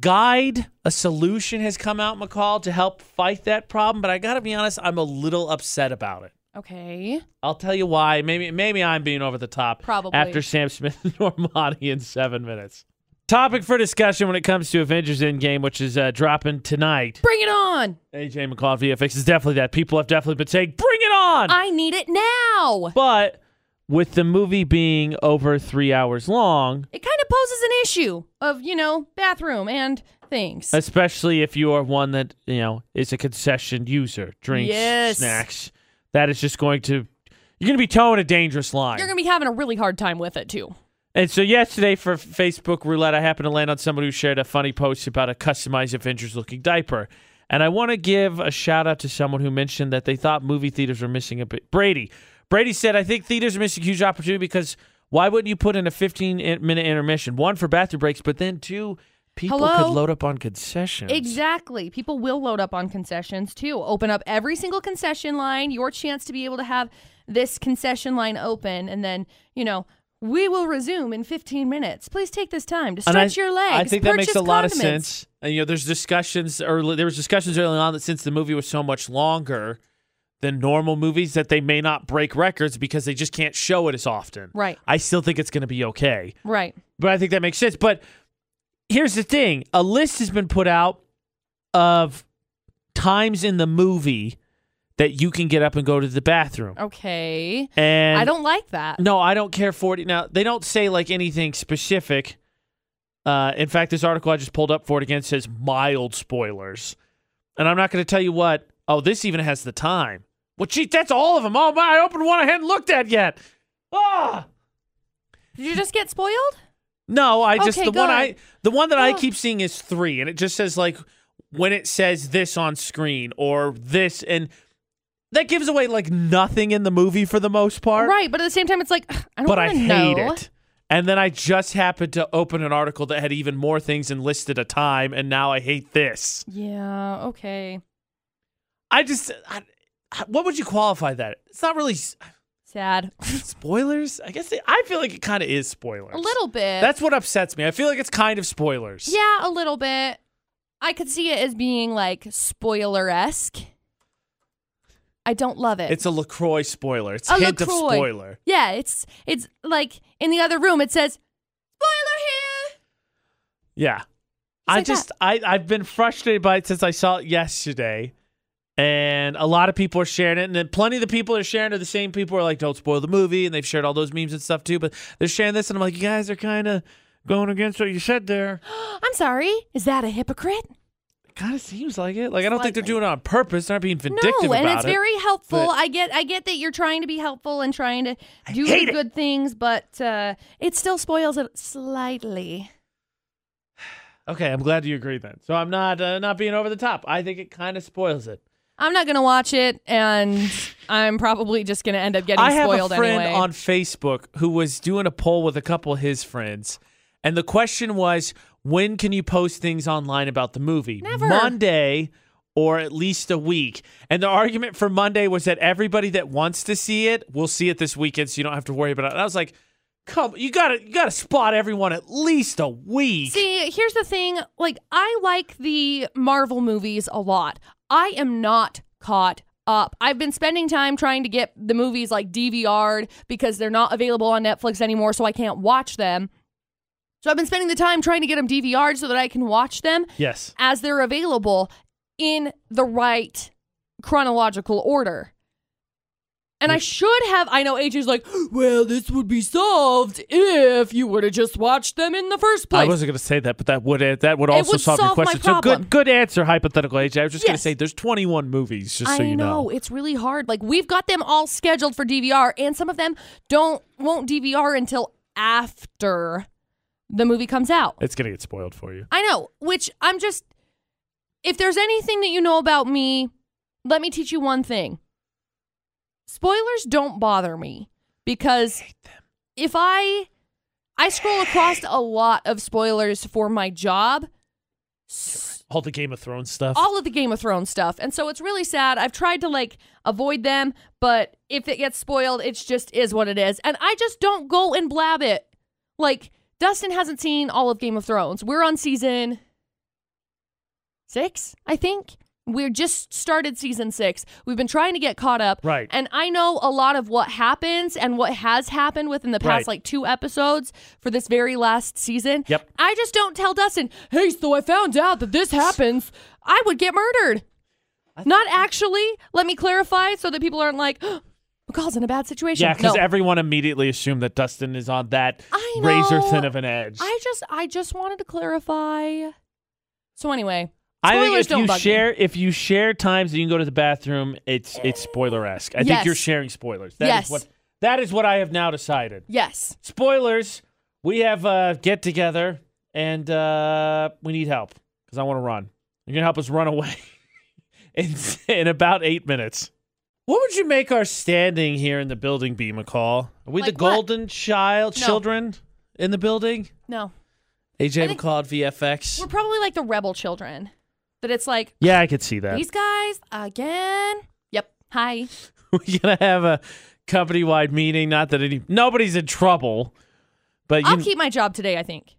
guide, a solution has come out, McCall, to help fight that problem. But I got to be honest, I'm a little upset about it. Okay. I'll tell you why. Maybe maybe I'm being over the top. Probably. After Sam Smith and Normani in seven minutes. Topic for discussion when it comes to Avengers Endgame, which is uh, dropping tonight. Bring it on. AJ McCall at VFX is definitely that. People have definitely been saying, bring it on! I need it now. but with the movie being over three hours long, It kind of poses an issue of, you know, bathroom and things. especially if you are one that, you know, is a concession user, drinks, Yes. snacks, that is just going to, you're going to be towing a dangerous line. You're going to be having a really hard time with it, too. And so yesterday for Facebook roulette, I happened to land on somebody who shared a funny post about a customized Avengers looking diaper. And I want to give a shout out to someone who mentioned that they thought movie theaters were missing a bit. Brady. Brady said, I think theaters are missing a huge opportunity because why wouldn't you put in a 15 in- minute intermission? One, for bathroom breaks, but then two, people could Hello? load up on concessions. Exactly. People will load up on concessions too. Open up every single concession line, your chance to be able to have this concession line open, and then, you know, we will resume in 15 minutes. Please take this time to stretch And I- your legs. I think that makes a purchase lot of condiments. sense. And you know, there's discussions early. There was discussions early on that since the movie was so much longer than normal movies, that they may not break records because they just can't show it as often. Right. I still think it's going to be okay, Right. but I think that makes sense. But here's the thing: a list has been put out of times in the movie that you can get up and go to the bathroom. Okay. And I don't like that. no, I don't care 40. Now, they don't say like anything specific. Uh, in fact, this article I just pulled up for it again says mild spoilers. And I'm not going to tell you what. Oh, this even has the time. Well, gee, that's all of them. Oh, my. I opened one I hadn't looked at yet. Ah! Did you just get spoiled? No, I just Okay, the one good. I the one that I Oh. keep seeing is three, and it just says like when it says this on screen or this, and that gives away like nothing in the movie for the most part. Right, but at the same time, it's like "Ugh, I don't but I wanna hate know. it. And then I just happened to open an article that had even more things and listed a time, and now I hate this. Yeah. Okay. I just, I, I- what would you qualify that? It's not really s- Sad. spoilers. I guess it, I feel like it kind of is spoilers. A little bit. That's what upsets me. I feel like it's kind of spoilers. yeah, a little bit. I could see it as being like spoiler esque. I don't love it. It's a Lacroix spoiler. It's A hint LaCroix. of spoiler. yeah. It's it's like in the other room. It says spoiler here. Yeah. I like that. just I I've been frustrated by it since I saw it yesterday. And a lot of people are sharing it, and then plenty of the people that are sharing are the same people who are like, "Don't spoil the movie," and they've shared all those memes and stuff too. But they're sharing this, and I'm like, "You guys are kind of going against what you said there." I'm sorry. Is that a hypocrite? It kind of seems like it. Like I don't think they're Slightly. doing it on purpose. They're not being vindictive no, and about it's it. very helpful. but- I get I get that you're trying to be helpful and trying to do the hate it. good things, but uh, it still spoils it slightly. okay, I'm glad you agree then. So I'm not uh, not being over the top. I think it kind of spoils it. I'm not gonna watch it, and I'm probably just gonna end up getting I have spoiled a friend anyway. on Facebook who was doing a poll with a couple of his friends, and the question was, when can you post things online about the movie? Never. Monday or at least a week. And the argument for Monday was that everybody that wants to see it will see it this weekend, so you don't have to worry about it. And I was like, come, you gotta, you gotta spot everyone at least a week. See, here's the thing: like, I like the Marvel movies a lot. I am not caught up. I've been spending time trying to get the movies like DVR'd because they're not available on Netflix anymore, so I can't watch them. So I've been spending the time trying to get them DVR'd so that I can watch them yes. as they're available in the right chronological order. And I should have. I know AJ's like, well, this would be solved if you were to just watch them in the first place. I wasn't gonna say that, but that would uh, that would It also would solve, your solve my question. So problem. good, good answer, hypothetical AJ. I was just gonna Yes. say there's 21 movies, just so I you know. it's really hard. Like we've got them all scheduled for DVR, and some of them don't won't DVR until after the movie comes out. It's gonna get spoiled for you. I know, which I'm just if there's anything that you know about me, let me teach you one thing. Spoilers don't bother me because if I I scroll across a lot of spoilers for my job, all the Game of Thrones stuff. all of the Game of Thrones stuff. And so it's really sad. I've tried to like avoid them, but if it gets spoiled, it's just is what it is. And I just don't go and blab it. Like Dustin hasn't seen all of Game of Thrones. We're on season 6, I think. We're just started season 6. We've been trying to get caught up. Right. And I know a lot of what happens and what has happened within the past Right. like 2 episodes for this very last season. Yep. I just don't tell Dustin, hey, so I found out that this happens, I would get murdered. Not actually. Let me clarify so that people aren't like, oh, McCall's in a bad situation. yeah, because No. everyone immediately assumed that Dustin is on that I know. razor thin of an edge. I just, I just wanted to clarify. So anyway, I think spoilers if don't you bug me. share if you share times that you can go to the bathroom, it's it's spoiler esque. I think Yes. you're sharing spoilers. That is Yes. what that is what I have now decided. yes, Spoilers We have a get together and uh, we need help because I want to run. You're going to help us run away in, in about eight minutes. What would you make our standing here in the building be, McCall? Are we Like the what? golden child No. children in the building? No, I AJ think- McCall at VFX. we're probably like the rebel children. That it's like yeah, I could see that. these guys again. Yep. Hi. We're gonna have a company-wide meeting. Not that any nobody's in trouble, but you I'll keep my job today. I think.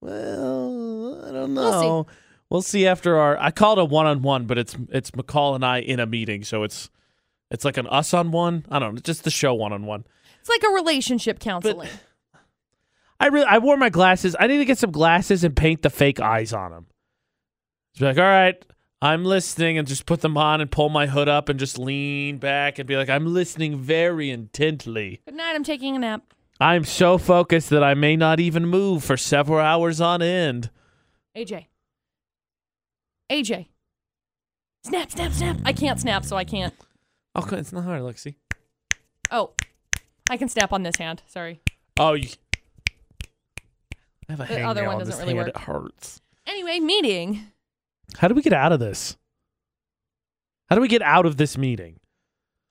Well, I don't know. We'll see. We'll see. after our. I call it a one-on-one, but it's it's McCall and I in a meeting, so it's it's like an us on one. I don't know, just the show one-on-one. It's like a relationship counseling. I really I wore my glasses. I need to get some glasses and paint the fake eyes on them. Just be like, all right, I'm listening, and just put them on and pull my hood up and just lean back and be like, I'm listening very intently. Good night. I'm taking a nap. I'm so focused that I may not even move for several hours on end. AJ. AJ. Snap, snap, snap. I can't snap, so I can't. Okay, it's not hard, Lexi. Oh, I can snap on this hand. Sorry. Oh, you. I have a The hangnail other one on doesn't this really hand. work. It hurts. Anyway, meeting. How do we get out of this? How do we get out of this meeting?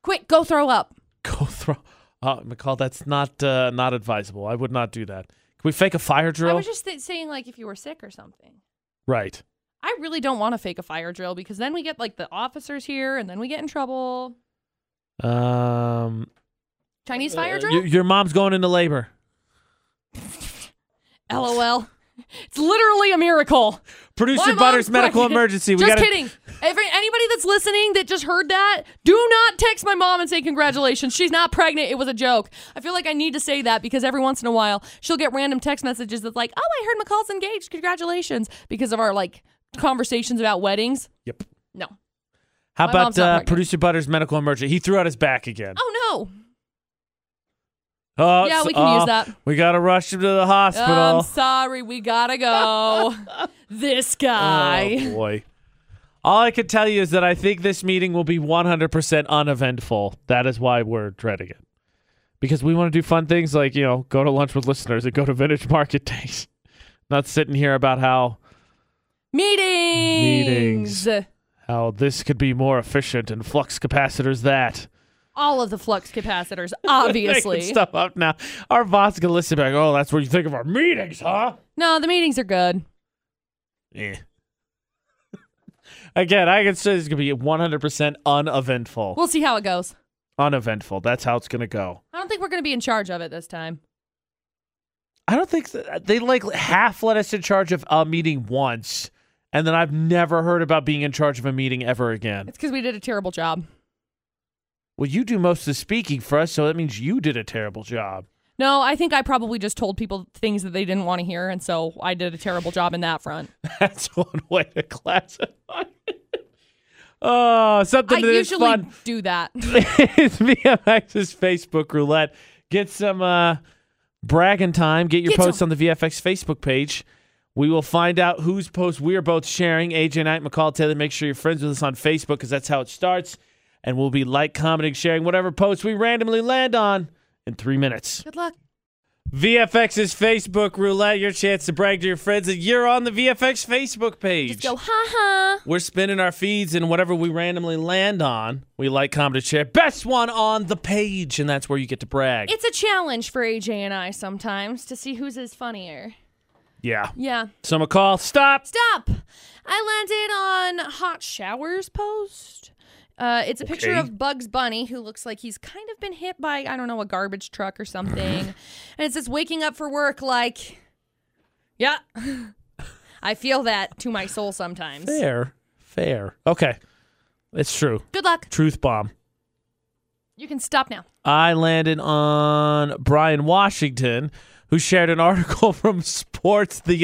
Quick, go throw up. Go throw. Uh, McCall, that's not uh, not advisable. I would not do that. Can we fake a fire I drill? was just th- saying, like, if you were sick or something. right. I really don't want to fake a fire drill because then we get, like, the officers here and then we get in trouble. Um, Chinese fire uh, drill? your- your mom's going into labor. LOL. It's literally a miracle. Producer My Butters mom's medical pregnant. emergency. We just gotta- kidding. Every, anybody that's listening that just heard that, do not text my mom and say congratulations. She's not pregnant. It was a joke. I feel like I need to say that because every once in a while she'll get random text messages that's like, "Oh, I heard McCall's engaged. Congratulations!" Because of our like conversations about weddings. Yep. No. How My about mom's not uh, pregnant. producer Butters medical emergency? He threw out his back again. Oh no. Oh, Yeah, s- we can use oh, that. Um, We gotta rush him to the I'm hospital. sorry. We gotta go. this Oh guy. boy. All I can tell you is that I think this meeting will be 100% uneventful. That is why we're dreading it. Because we want to do fun things like, you know, go to lunch with listeners and go to vintage market days. Not sitting here about how Meetings. Meetings. how this could be more efficient and flux capacitors that. All of the flux capacitors, Making obviously. stuff up now. Our boss can listen back. Oh, that's what you think of our meetings, huh? Eh. no, the meetings are good. Again, I can say this is going to be 100% uneventful. We'll see how it goes. uneventful. That's how it's going to go. I don't think we're going to be in charge of it this time. I don't think th- they like half let us in charge of a meeting once, and then I've never heard about being in charge of a meeting ever again. It's because we did a terrible job. Well, you do most of the speaking for us, so that means you did a terrible job. No, I think I probably just told people things that they didn't want to hear, and so I did a terrible job in that front. That's one way to classify. it. oh, something I that is usually fun. do that. it's VFX's Facebook roulette. Get some uh, bragging time. Get your Get posts some. on the VFX Facebook page. We will find out whose post we are both sharing. AJ Knight, McCall Taylor. Make sure you're friends with us on Facebook because that's how it starts. And we'll be like, commenting, sharing whatever posts we randomly land on in three minutes. Good luck. VFX's Facebook roulette. Your chance to brag to your friends that you're on the VFX Facebook page. Just go, ha ha. We're spinning our feeds and whatever we randomly land on, we like, comment, and share. Best one on the page, and that's where you get to brag. It's a challenge for AJ and I sometimes to see whose is funnier. yeah. Yeah. So McCall, stop. Stop! I landed on hot showers post. Uh, it's a picture Okay. of Bugs Bunny who looks like he's kind of been hit by I don't know a garbage truck or something, and it says waking up for work like, yeah, I feel that to my soul sometimes. Fair, fair. Okay, it's true. Good luck. Truth bomb. You can stop now. I landed on Brian Washington, who shared an article from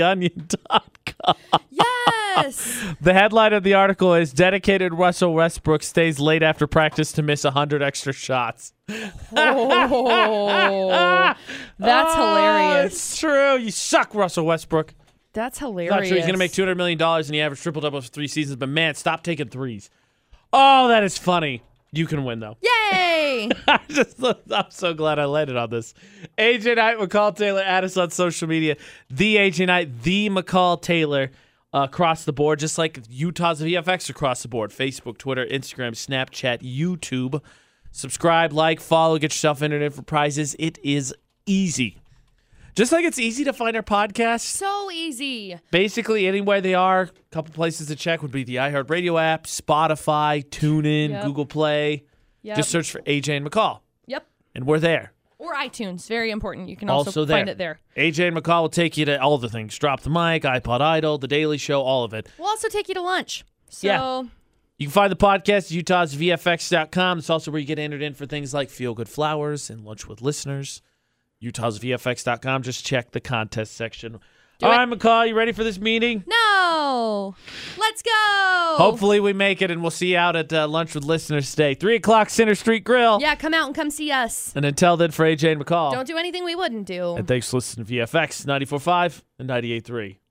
SportsTheOnion.com. Yes. The headline of the article is "Dedicated Russell Westbrook stays late after practice to miss 100 extra shots." Ah! oh, that's Oh, hilarious. It's true. You suck, Russell Westbrook. That's hilarious. Not sure he's going to make two hundred million dollars and he averaged triple doubles for three seasons. But man, stop taking threes. Oh, that is funny. You can win though. Yay! I just, I'm so glad I landed on this. AJ Knight, McCall Taylor, add us on social media. The AJ Knight, the McCall Taylor uh, across the board, just like Utah's VFX across the board Facebook, Twitter, Instagram, Snapchat, YouTube. Subscribe, like, follow, get yourself entered in for prizes. It is easy. Just like it's easy to find our podcast, so easy. basically anywhere they are, a couple places to check would be the iHeartRadio app, Spotify, TuneIn, Yep. Google Play. Yep. Just search for AJ and McCall, yep. and we're there. Or iTunes, very important. You can also, also, there. find it there. AJ and McCall will take you to all the things: drop the mic, iPod Idol, The Daily Show, all of it. We'll also take you to lunch. So Yeah. You can find the podcast at utahsvfx.com. It's also where you get entered in for things like Feel Good Flowers and Lunch with Listeners. utahsvfx.com. Just check the contest section. Do all it. right, McCall, you ready for this meeting? no, let's go. Hopefully, we make it, and we'll see you out at uh, Lunch with Listeners today, three o'clock, Center Street Grill. Yeah, come out and come see us. And until then, for AJ and McCall, Don't do anything we wouldn't do. and thanks for listening to VFX 94.5 and 98.3.